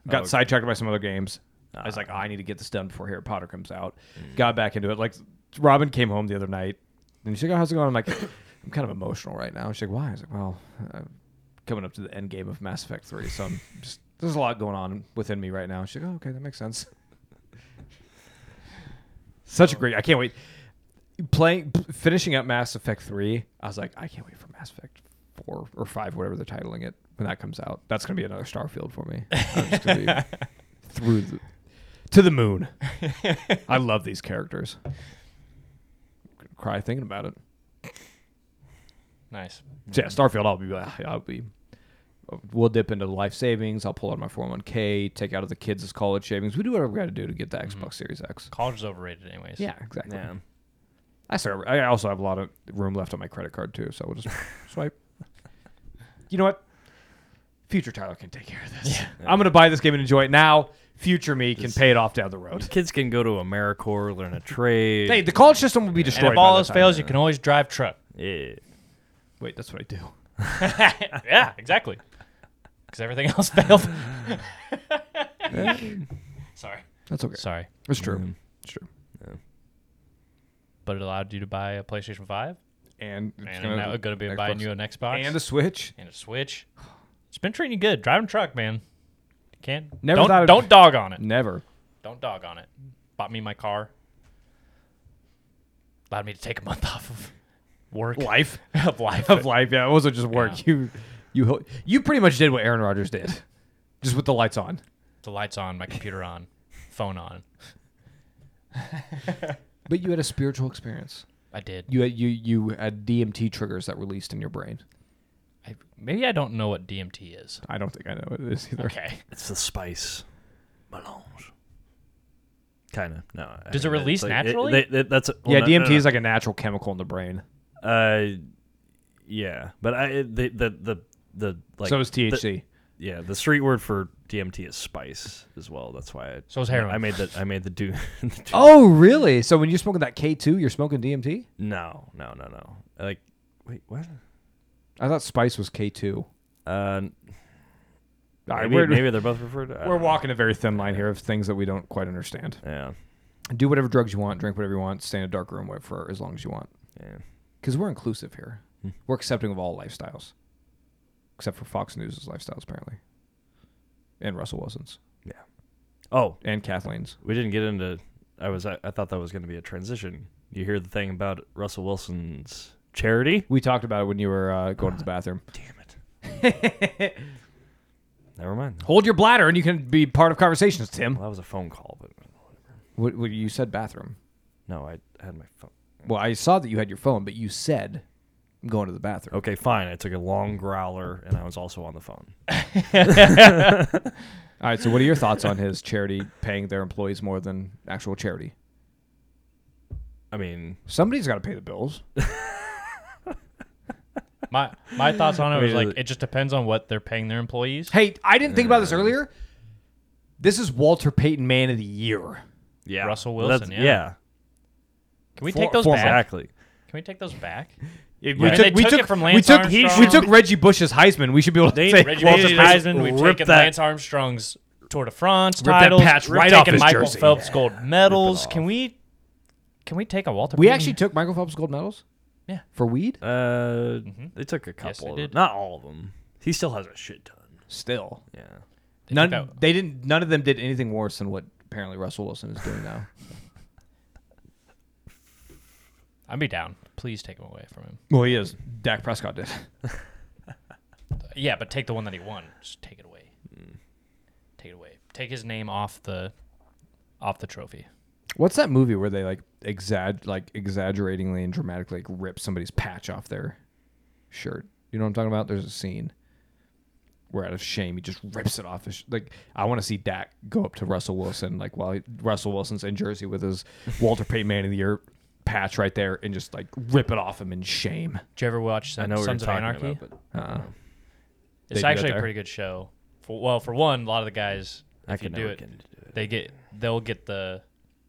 [SPEAKER 1] got sidetracked by some other games. I
[SPEAKER 2] Ah.
[SPEAKER 1] was like, oh, I need to get this done before Harry Potter comes out. Got back into it. Like Robin came home the other night, and she's like, oh, "How's it going?" I'm like, [LAUGHS] "I'm kind of emotional right now." She's like, "Why?" I was like, "Well, I'm coming up to the end game of Mass Effect 3, so I'm [LAUGHS] just there's a lot going on within me right now." She's like, "Oh, okay, that makes sense." [LAUGHS] Such a great! I can't wait. Playing, p- finishing up Mass Effect three, I was like, I can't wait for Mass Effect four or five, whatever they're titling it when that comes out. That's gonna be another Starfield for me. I'm just gonna be through the, to the moon. I love these characters. I'm gonna Cry thinking about it.
[SPEAKER 3] Nice.
[SPEAKER 1] So yeah, Starfield. I'll be. uh, I'll be. uh, We'll dip into the life savings. I'll pull out my 401k. Take out of the kids' college savings. We do whatever we got to do to get the Xbox Series X.
[SPEAKER 3] College is overrated, anyways.
[SPEAKER 1] Yeah, exactly. I start, I also have a lot of room left on my credit card too, so we'll [LAUGHS] just swipe. You know what? Future Tyler can take care of this. I'm gonna buy this game and enjoy it now. Future me can pay it off down the [LAUGHS] road.
[SPEAKER 2] Kids can go to AmeriCorps, learn a trade.
[SPEAKER 1] Hey, the college system will be destroyed.
[SPEAKER 3] And if
[SPEAKER 1] by
[SPEAKER 3] all
[SPEAKER 1] that
[SPEAKER 3] else
[SPEAKER 1] time.
[SPEAKER 3] fails, you can always drive truck.
[SPEAKER 2] Yeah.
[SPEAKER 1] wait. That's what I do.
[SPEAKER 3] [LAUGHS] yeah, exactly. Because everything
[SPEAKER 1] [LAUGHS]
[SPEAKER 3] else [LAUGHS] failed. Sorry.
[SPEAKER 1] That's okay. Mm-hmm.
[SPEAKER 3] Sorry.
[SPEAKER 1] It's true. It's true.
[SPEAKER 3] But it allowed you to buy a PlayStation 5.
[SPEAKER 1] And it's
[SPEAKER 3] And I'm now going to be buying
[SPEAKER 1] Xbox.
[SPEAKER 3] you an Xbox.
[SPEAKER 1] and a Switch.
[SPEAKER 3] and a Switch. It's been treating you good. Driving truck, man. You can't.
[SPEAKER 1] Never
[SPEAKER 3] don't,
[SPEAKER 1] thought I'd-
[SPEAKER 3] don't dog on it.
[SPEAKER 1] Never.
[SPEAKER 3] Don't dog on it. Bought me my car. Allowed me to take a month [LAUGHS] off of work.
[SPEAKER 1] Life
[SPEAKER 3] [LAUGHS] of life.
[SPEAKER 1] of life. Yeah, it wasn't just work.
[SPEAKER 3] Yeah.
[SPEAKER 1] You, you, you pretty much did what Aaron Rodgers did, [LAUGHS] just with the lights on.
[SPEAKER 3] The lights on, my computer on, phone on.
[SPEAKER 1] But you had a spiritual experience.
[SPEAKER 3] I did.
[SPEAKER 1] You had you you had DMT triggers that released in your brain.
[SPEAKER 3] I, maybe I don't know what DMT is.
[SPEAKER 1] I don't think I know what it is either.
[SPEAKER 3] Okay.
[SPEAKER 2] It's the spice melange. Kind of. No. I
[SPEAKER 3] Does
[SPEAKER 2] mean,
[SPEAKER 3] it
[SPEAKER 2] it's
[SPEAKER 3] release
[SPEAKER 2] like-
[SPEAKER 3] naturally?
[SPEAKER 2] they- they- that's well,
[SPEAKER 1] yeah,
[SPEAKER 2] no, no,
[SPEAKER 1] DMT
[SPEAKER 2] no.
[SPEAKER 1] is like a natural chemical in the brain.
[SPEAKER 2] Uh, yeah, but I it- the the the the like.
[SPEAKER 1] so is
[SPEAKER 2] the-
[SPEAKER 1] THC.
[SPEAKER 2] yeah, the street word for DMT is spice as well. That's why. I,
[SPEAKER 3] So is heroin.
[SPEAKER 2] I made that. I made the do. [LAUGHS] the do-
[SPEAKER 1] oh, really? So when you're smoking that K2, you're smoking DMT?
[SPEAKER 2] No, no, no, no. Like, wait, what?
[SPEAKER 1] I thought spice was K2.
[SPEAKER 2] Uh,
[SPEAKER 1] All right,
[SPEAKER 2] maybe,
[SPEAKER 1] we're,
[SPEAKER 2] maybe they're both referred. To, I
[SPEAKER 1] we're
[SPEAKER 2] don't know.
[SPEAKER 1] walking a very thin line here of things that we don't quite understand.
[SPEAKER 2] Yeah,
[SPEAKER 1] Do whatever drugs you want, drink whatever you want, stay in a dark room for as long as you want.
[SPEAKER 2] yeah.
[SPEAKER 1] Because we're inclusive here.
[SPEAKER 2] Hmm.
[SPEAKER 1] We're accepting of all lifestyles, except for Fox News' lifestyles, apparently, and Russell Wilson's
[SPEAKER 2] Oh,
[SPEAKER 1] and Kathleen's.
[SPEAKER 2] we didn't get into. I was. I, I thought that was going to be a transition. You hear the thing about Russell Wilson's charity?
[SPEAKER 1] We talked about it when you were uh, going to the bathroom.
[SPEAKER 2] Damn it. [LAUGHS] Never mind.
[SPEAKER 1] Hold your bladder, and you can be part of conversations, Tim.
[SPEAKER 2] Well, that was a phone call, but
[SPEAKER 1] What, what you said bathroom.
[SPEAKER 2] no, I had my phone.
[SPEAKER 1] Well, I saw that you had your phone, but you said I'm going to the bathroom.
[SPEAKER 2] Okay, fine. I took a long growler, and I was also on the phone.
[SPEAKER 1] All right. So, what are your thoughts on his charity paying their employees more than actual charity?
[SPEAKER 2] I mean,
[SPEAKER 1] Somebody's got to pay the bills.
[SPEAKER 3] My my thoughts on it was
[SPEAKER 2] Wait,
[SPEAKER 3] like
[SPEAKER 2] uh,
[SPEAKER 3] it just depends on what they're paying their employees.
[SPEAKER 1] Hey, I didn't think about this earlier. This is Walter Payton Man of the Year.
[SPEAKER 2] yeah,
[SPEAKER 3] Russell
[SPEAKER 2] Well, that's-
[SPEAKER 3] Wilson, yeah. Can we
[SPEAKER 2] For-
[SPEAKER 3] take those
[SPEAKER 2] for-
[SPEAKER 3] back?
[SPEAKER 2] Exactly.
[SPEAKER 3] Can we take those back?
[SPEAKER 1] we
[SPEAKER 3] Yeah.
[SPEAKER 1] took,
[SPEAKER 3] They
[SPEAKER 1] we
[SPEAKER 3] took
[SPEAKER 1] took
[SPEAKER 3] it from
[SPEAKER 1] we
[SPEAKER 3] Lance
[SPEAKER 1] took
[SPEAKER 3] Armstrong.
[SPEAKER 1] we took Reggie Bush's Heisman. We should be able to
[SPEAKER 2] They-
[SPEAKER 1] take
[SPEAKER 2] Reggie
[SPEAKER 1] Walter
[SPEAKER 3] Walter
[SPEAKER 2] Bush's
[SPEAKER 1] Payton.
[SPEAKER 3] Heisman. We've
[SPEAKER 2] rip
[SPEAKER 3] taken
[SPEAKER 2] that-
[SPEAKER 3] Lance Armstrong's Tour de France
[SPEAKER 1] that
[SPEAKER 3] titles.
[SPEAKER 1] patch
[SPEAKER 3] We're
[SPEAKER 1] right off
[SPEAKER 3] taking
[SPEAKER 1] his
[SPEAKER 3] Michael
[SPEAKER 1] jersey.
[SPEAKER 3] Phelps gold medals.
[SPEAKER 2] off.
[SPEAKER 3] Can we? Can we take a Walter?
[SPEAKER 1] We
[SPEAKER 3] Payton?
[SPEAKER 1] actually took Michael Phelps' gold medals.
[SPEAKER 3] Yeah.
[SPEAKER 1] For weed.
[SPEAKER 2] Uh, they took a
[SPEAKER 3] Mm-hmm.
[SPEAKER 2] couple.
[SPEAKER 3] they
[SPEAKER 2] of
[SPEAKER 3] did.
[SPEAKER 2] Them. Not all of them. He still has a shit ton.
[SPEAKER 1] Still.
[SPEAKER 2] Yeah.
[SPEAKER 1] None.
[SPEAKER 3] took out-
[SPEAKER 1] They didn't. None of them did anything worse than what apparently Russell Wilson is doing now.
[SPEAKER 3] I'd be down. Please take him away from him.
[SPEAKER 1] [LAUGHS] well, he is. Dak Prescott did.
[SPEAKER 3] Yeah, but take the one that he won. Just take it away. Take it away. Take his name off the off the trophy.
[SPEAKER 1] What's that movie where they like exag like exaggeratingly and dramatically like, rip somebody's patch off their shirt? You know what I'm talking about? There's a scene where out of shame he just rips it off. His sh- like I want to see Dak go up to Russell Wilson like while he- Russell Wilson's in Jersey with his Walter Payton Man of the Year patch right there and just like rip it off him in shame.
[SPEAKER 3] Did you ever watch
[SPEAKER 2] I
[SPEAKER 3] Sons,
[SPEAKER 2] know what
[SPEAKER 3] Sons
[SPEAKER 2] you're
[SPEAKER 3] of
[SPEAKER 2] talking
[SPEAKER 3] Anarchy?
[SPEAKER 2] about, but
[SPEAKER 1] Uh,
[SPEAKER 3] It's
[SPEAKER 1] They do that
[SPEAKER 3] actually a
[SPEAKER 1] there.
[SPEAKER 3] pretty good show. For, well, for one, a lot of the guys if you do
[SPEAKER 2] never
[SPEAKER 3] it,
[SPEAKER 2] get to do it.
[SPEAKER 3] they get they'll get the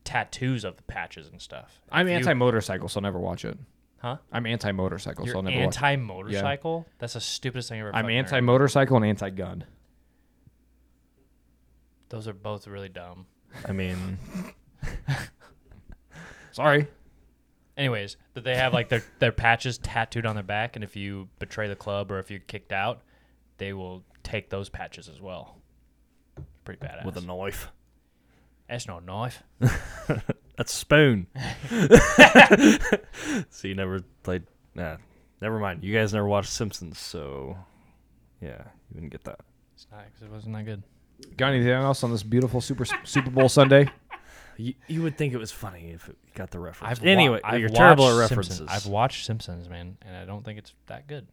[SPEAKER 3] tattoos of the patches and stuff.
[SPEAKER 1] I'm
[SPEAKER 3] If you-
[SPEAKER 1] anti motorcycle, so I'll never watch it.
[SPEAKER 3] Huh?
[SPEAKER 1] I'm anti motorcycle, so I'll
[SPEAKER 3] You're
[SPEAKER 1] never watch it.
[SPEAKER 3] anti motorcycle? That's the stupidest thing I've ever
[SPEAKER 1] I'm
[SPEAKER 3] fucking heard.
[SPEAKER 1] anti motorcycle and anti gun.
[SPEAKER 3] Those are both really dumb.
[SPEAKER 2] I
[SPEAKER 3] [LAUGHS]
[SPEAKER 2] mean,
[SPEAKER 1] Sorry.
[SPEAKER 3] Anyways, but they have like their [LAUGHS] their patches tattooed on their back, and if you betray the club or if you're kicked out, they will take those patches as well. Pretty badass.
[SPEAKER 2] with a knife.
[SPEAKER 3] That's no knife.
[SPEAKER 2] That's [LAUGHS] spoon. so you never played? Nah, never mind. You guys never watched Simpsons, so yeah, you wouldn't get that.
[SPEAKER 3] It's not because it wasn't that good.
[SPEAKER 1] Got anything else on this beautiful Super Super Bowl Sunday?
[SPEAKER 2] You, you would think it was funny if it got the reference.
[SPEAKER 3] I've wa-
[SPEAKER 2] anyway,
[SPEAKER 3] I've
[SPEAKER 2] you're terrible at
[SPEAKER 3] watched
[SPEAKER 2] references.
[SPEAKER 3] Simpsons. I've watched Simpsons, man, and I don't think it's that good.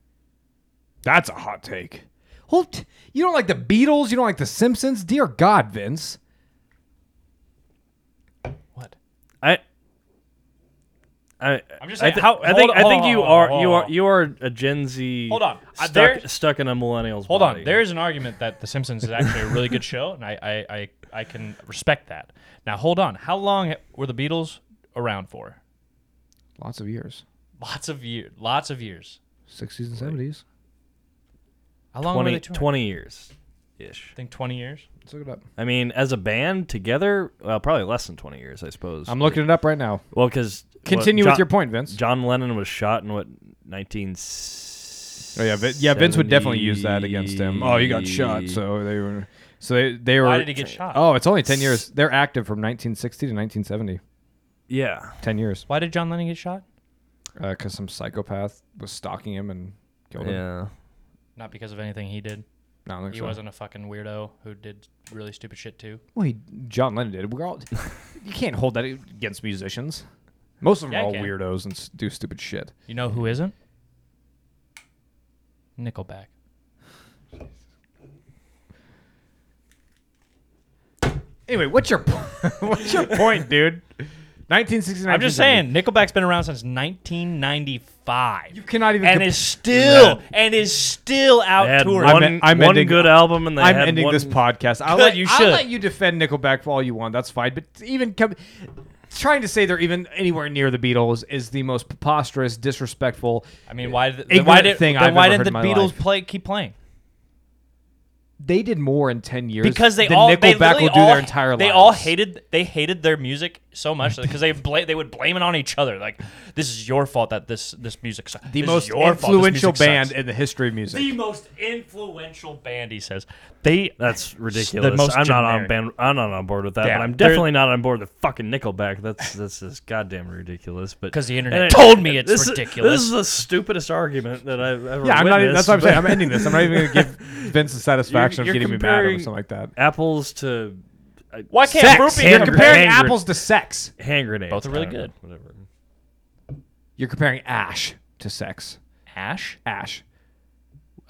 [SPEAKER 1] [LAUGHS] That's a hot take. Well, t- you don't like the Beatles, you don't like the Simpsons. Dear God, Vince.
[SPEAKER 3] What?
[SPEAKER 2] I. I,
[SPEAKER 3] I'm just
[SPEAKER 2] I,
[SPEAKER 3] saying,
[SPEAKER 2] thi-
[SPEAKER 3] how-
[SPEAKER 2] I think
[SPEAKER 3] hold
[SPEAKER 2] I
[SPEAKER 3] on,
[SPEAKER 2] think
[SPEAKER 3] hold
[SPEAKER 2] you
[SPEAKER 3] on,
[SPEAKER 2] are
[SPEAKER 3] hold on,
[SPEAKER 2] you
[SPEAKER 3] hold
[SPEAKER 2] are
[SPEAKER 3] on.
[SPEAKER 2] you are a Gen Z.
[SPEAKER 3] Hold on. I-
[SPEAKER 2] stuck,
[SPEAKER 3] there-
[SPEAKER 2] stuck in a millennial's.
[SPEAKER 3] Hold
[SPEAKER 2] body.
[SPEAKER 3] on. There is an argument that The Simpsons is actually a
[SPEAKER 2] [LAUGHS]
[SPEAKER 3] really good show, and I, I, I, I can respect that. Now, hold on. How long were the Beatles around for?
[SPEAKER 1] Lots of years.
[SPEAKER 3] Lots of years. Lots of years.
[SPEAKER 1] 60s and 70s.
[SPEAKER 3] How long were
[SPEAKER 2] 20,
[SPEAKER 3] they touring?
[SPEAKER 2] 20 years, ish.
[SPEAKER 3] I think 20 years.
[SPEAKER 1] Let's look it up.
[SPEAKER 2] I mean, as a band together, well, probably less than twenty years, I suppose.
[SPEAKER 1] I'm looking it up right now.
[SPEAKER 2] Well, because
[SPEAKER 1] Continue with your point, Vince.
[SPEAKER 2] John Lennon was shot in what 19. Oh
[SPEAKER 1] Oh yeah, Vin- yeah. Vince would definitely use that against him. Oh, you got shot, so they were, so they, they were.
[SPEAKER 3] Why did he get shot?
[SPEAKER 1] Oh, it's only ten years. They're active from 1960 to 1970.
[SPEAKER 2] yeah.
[SPEAKER 1] Ten years,
[SPEAKER 3] Why did John Lennon get shot?
[SPEAKER 1] because uh, some psychopath was stalking him and killed him.
[SPEAKER 2] Yeah.
[SPEAKER 3] Not because of anything he did.
[SPEAKER 1] No, I don't think
[SPEAKER 3] He
[SPEAKER 1] so.
[SPEAKER 3] wasn't a fucking weirdo who did really stupid shit too.
[SPEAKER 1] Well, he, John Lennon did. We're all. you can't hold that against musicians. Most of them
[SPEAKER 3] Yeah,
[SPEAKER 1] are
[SPEAKER 3] I
[SPEAKER 1] all
[SPEAKER 3] can.
[SPEAKER 1] weirdos and s- do stupid shit.
[SPEAKER 3] You know who isn't? Nickelback.
[SPEAKER 1] Anyway, what's your po- [LAUGHS] what's your
[SPEAKER 3] [LAUGHS]
[SPEAKER 1] point, dude? 1969.
[SPEAKER 3] I'm just saying, Nickelback's been around since 1995.
[SPEAKER 1] you cannot even.
[SPEAKER 3] and
[SPEAKER 1] comp-
[SPEAKER 3] is still and is still
[SPEAKER 2] They
[SPEAKER 3] out
[SPEAKER 2] had
[SPEAKER 3] touring.
[SPEAKER 2] one,
[SPEAKER 1] en- I'm
[SPEAKER 2] one
[SPEAKER 1] ending-
[SPEAKER 2] good album, and they
[SPEAKER 1] I'm
[SPEAKER 2] had
[SPEAKER 1] ending
[SPEAKER 2] one,
[SPEAKER 1] this podcast. I'll
[SPEAKER 3] Good, [LAUGHS]
[SPEAKER 1] let
[SPEAKER 3] you
[SPEAKER 1] I'll
[SPEAKER 3] should.
[SPEAKER 1] let you defend Nickelback for all you want. That's fine. But even com- trying to say they're even anywhere near the Beatles is the most preposterous, disrespectful.
[SPEAKER 3] I mean, why did then
[SPEAKER 1] Ignorant
[SPEAKER 3] why did
[SPEAKER 1] thing
[SPEAKER 3] then
[SPEAKER 1] I've
[SPEAKER 3] why
[SPEAKER 1] ever
[SPEAKER 3] didn't
[SPEAKER 1] heard
[SPEAKER 3] the
[SPEAKER 1] in my
[SPEAKER 3] Beatles
[SPEAKER 1] life.
[SPEAKER 3] play keep playing?
[SPEAKER 1] They did more in ten years
[SPEAKER 3] Because they
[SPEAKER 1] than
[SPEAKER 3] all they
[SPEAKER 1] Nickelback
[SPEAKER 3] literally
[SPEAKER 1] will do
[SPEAKER 3] all,
[SPEAKER 1] their entire
[SPEAKER 3] They
[SPEAKER 1] lives.
[SPEAKER 3] all hated they hated their music so much because they bla- they would blame it on each other. Like this is your fault that this this music sucks.
[SPEAKER 1] the
[SPEAKER 3] This is
[SPEAKER 1] most
[SPEAKER 3] your fault this
[SPEAKER 1] influential
[SPEAKER 3] music
[SPEAKER 1] band
[SPEAKER 3] Sucks.
[SPEAKER 1] in the history of music.
[SPEAKER 3] The most influential band, he says. They
[SPEAKER 2] That's ridiculous.
[SPEAKER 3] most
[SPEAKER 2] I'm not on
[SPEAKER 3] generic.
[SPEAKER 2] band. I'm not on board with that.
[SPEAKER 3] Yeah,
[SPEAKER 2] but I'm
[SPEAKER 3] they're-
[SPEAKER 2] definitely not on board with fucking
[SPEAKER 1] [LAUGHS]
[SPEAKER 2] Nickelback. That's that's just goddamn ridiculous. But
[SPEAKER 3] 'Cause the internet
[SPEAKER 2] and
[SPEAKER 3] told me it's
[SPEAKER 2] this is-
[SPEAKER 3] ridiculous.
[SPEAKER 2] this is the stupidest argument that I've ever.
[SPEAKER 1] yeah, I'm not. even- That's
[SPEAKER 2] witnessed,
[SPEAKER 1] what I'm saying.
[SPEAKER 2] but-
[SPEAKER 1] I'm ending this. I'm not even going to
[SPEAKER 3] [LAUGHS]
[SPEAKER 1] give Vince the satisfaction
[SPEAKER 2] You're-
[SPEAKER 1] of
[SPEAKER 2] you're
[SPEAKER 1] getting me mad or
[SPEAKER 2] comparing
[SPEAKER 1] something like that.
[SPEAKER 2] Apples to uh,
[SPEAKER 3] why can't
[SPEAKER 1] Sex.
[SPEAKER 3] Ruby
[SPEAKER 1] You're
[SPEAKER 2] Hand
[SPEAKER 1] comparing
[SPEAKER 2] grenade.
[SPEAKER 1] apples to sex.
[SPEAKER 2] hand grenades.
[SPEAKER 3] Both are
[SPEAKER 2] I
[SPEAKER 3] really
[SPEAKER 2] don't know,
[SPEAKER 3] good.
[SPEAKER 2] Whatever.
[SPEAKER 1] You're comparing ash to sex.
[SPEAKER 3] Ash?
[SPEAKER 1] Ash.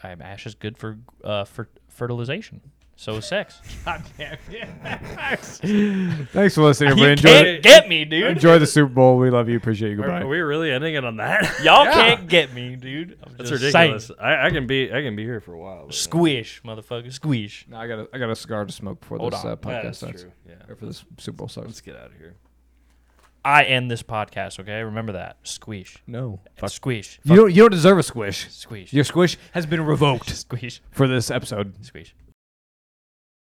[SPEAKER 3] Um, ash is good for uh, fer- fertilization. So is
[SPEAKER 2] [LAUGHS]
[SPEAKER 3] sex.
[SPEAKER 1] Thanks for listening.
[SPEAKER 3] you
[SPEAKER 1] everybody.
[SPEAKER 3] can't
[SPEAKER 1] Enjoy,
[SPEAKER 3] get me, dude.
[SPEAKER 1] enjoy the Super Bowl. We love you. Appreciate you. Goodbye.
[SPEAKER 2] Are we really ending it on that? [LAUGHS]
[SPEAKER 3] Y'all
[SPEAKER 1] Yeah.
[SPEAKER 3] can't get me, dude. I'm
[SPEAKER 2] That's
[SPEAKER 3] just
[SPEAKER 2] ridiculous.
[SPEAKER 3] saying.
[SPEAKER 2] I, I can be I can be here for a while. but-
[SPEAKER 3] Squish, motherfucker. Squish.
[SPEAKER 1] No, I got a, I got a cigar to smoke before
[SPEAKER 3] Hold
[SPEAKER 1] this
[SPEAKER 3] on.
[SPEAKER 1] uh,
[SPEAKER 2] Yeah,
[SPEAKER 1] podcast
[SPEAKER 2] that's
[SPEAKER 1] starts.
[SPEAKER 2] true. Yeah.
[SPEAKER 1] Or for this Super Bowl starts.
[SPEAKER 2] Let's get out of here.
[SPEAKER 3] I end this podcast, okay? Remember that. Squish.
[SPEAKER 1] No,
[SPEAKER 3] Squish.
[SPEAKER 1] you don't. You don't deserve a squish.
[SPEAKER 3] Squish.
[SPEAKER 1] Your squish has been revoked
[SPEAKER 3] Squish.
[SPEAKER 1] for this episode.
[SPEAKER 3] Squish.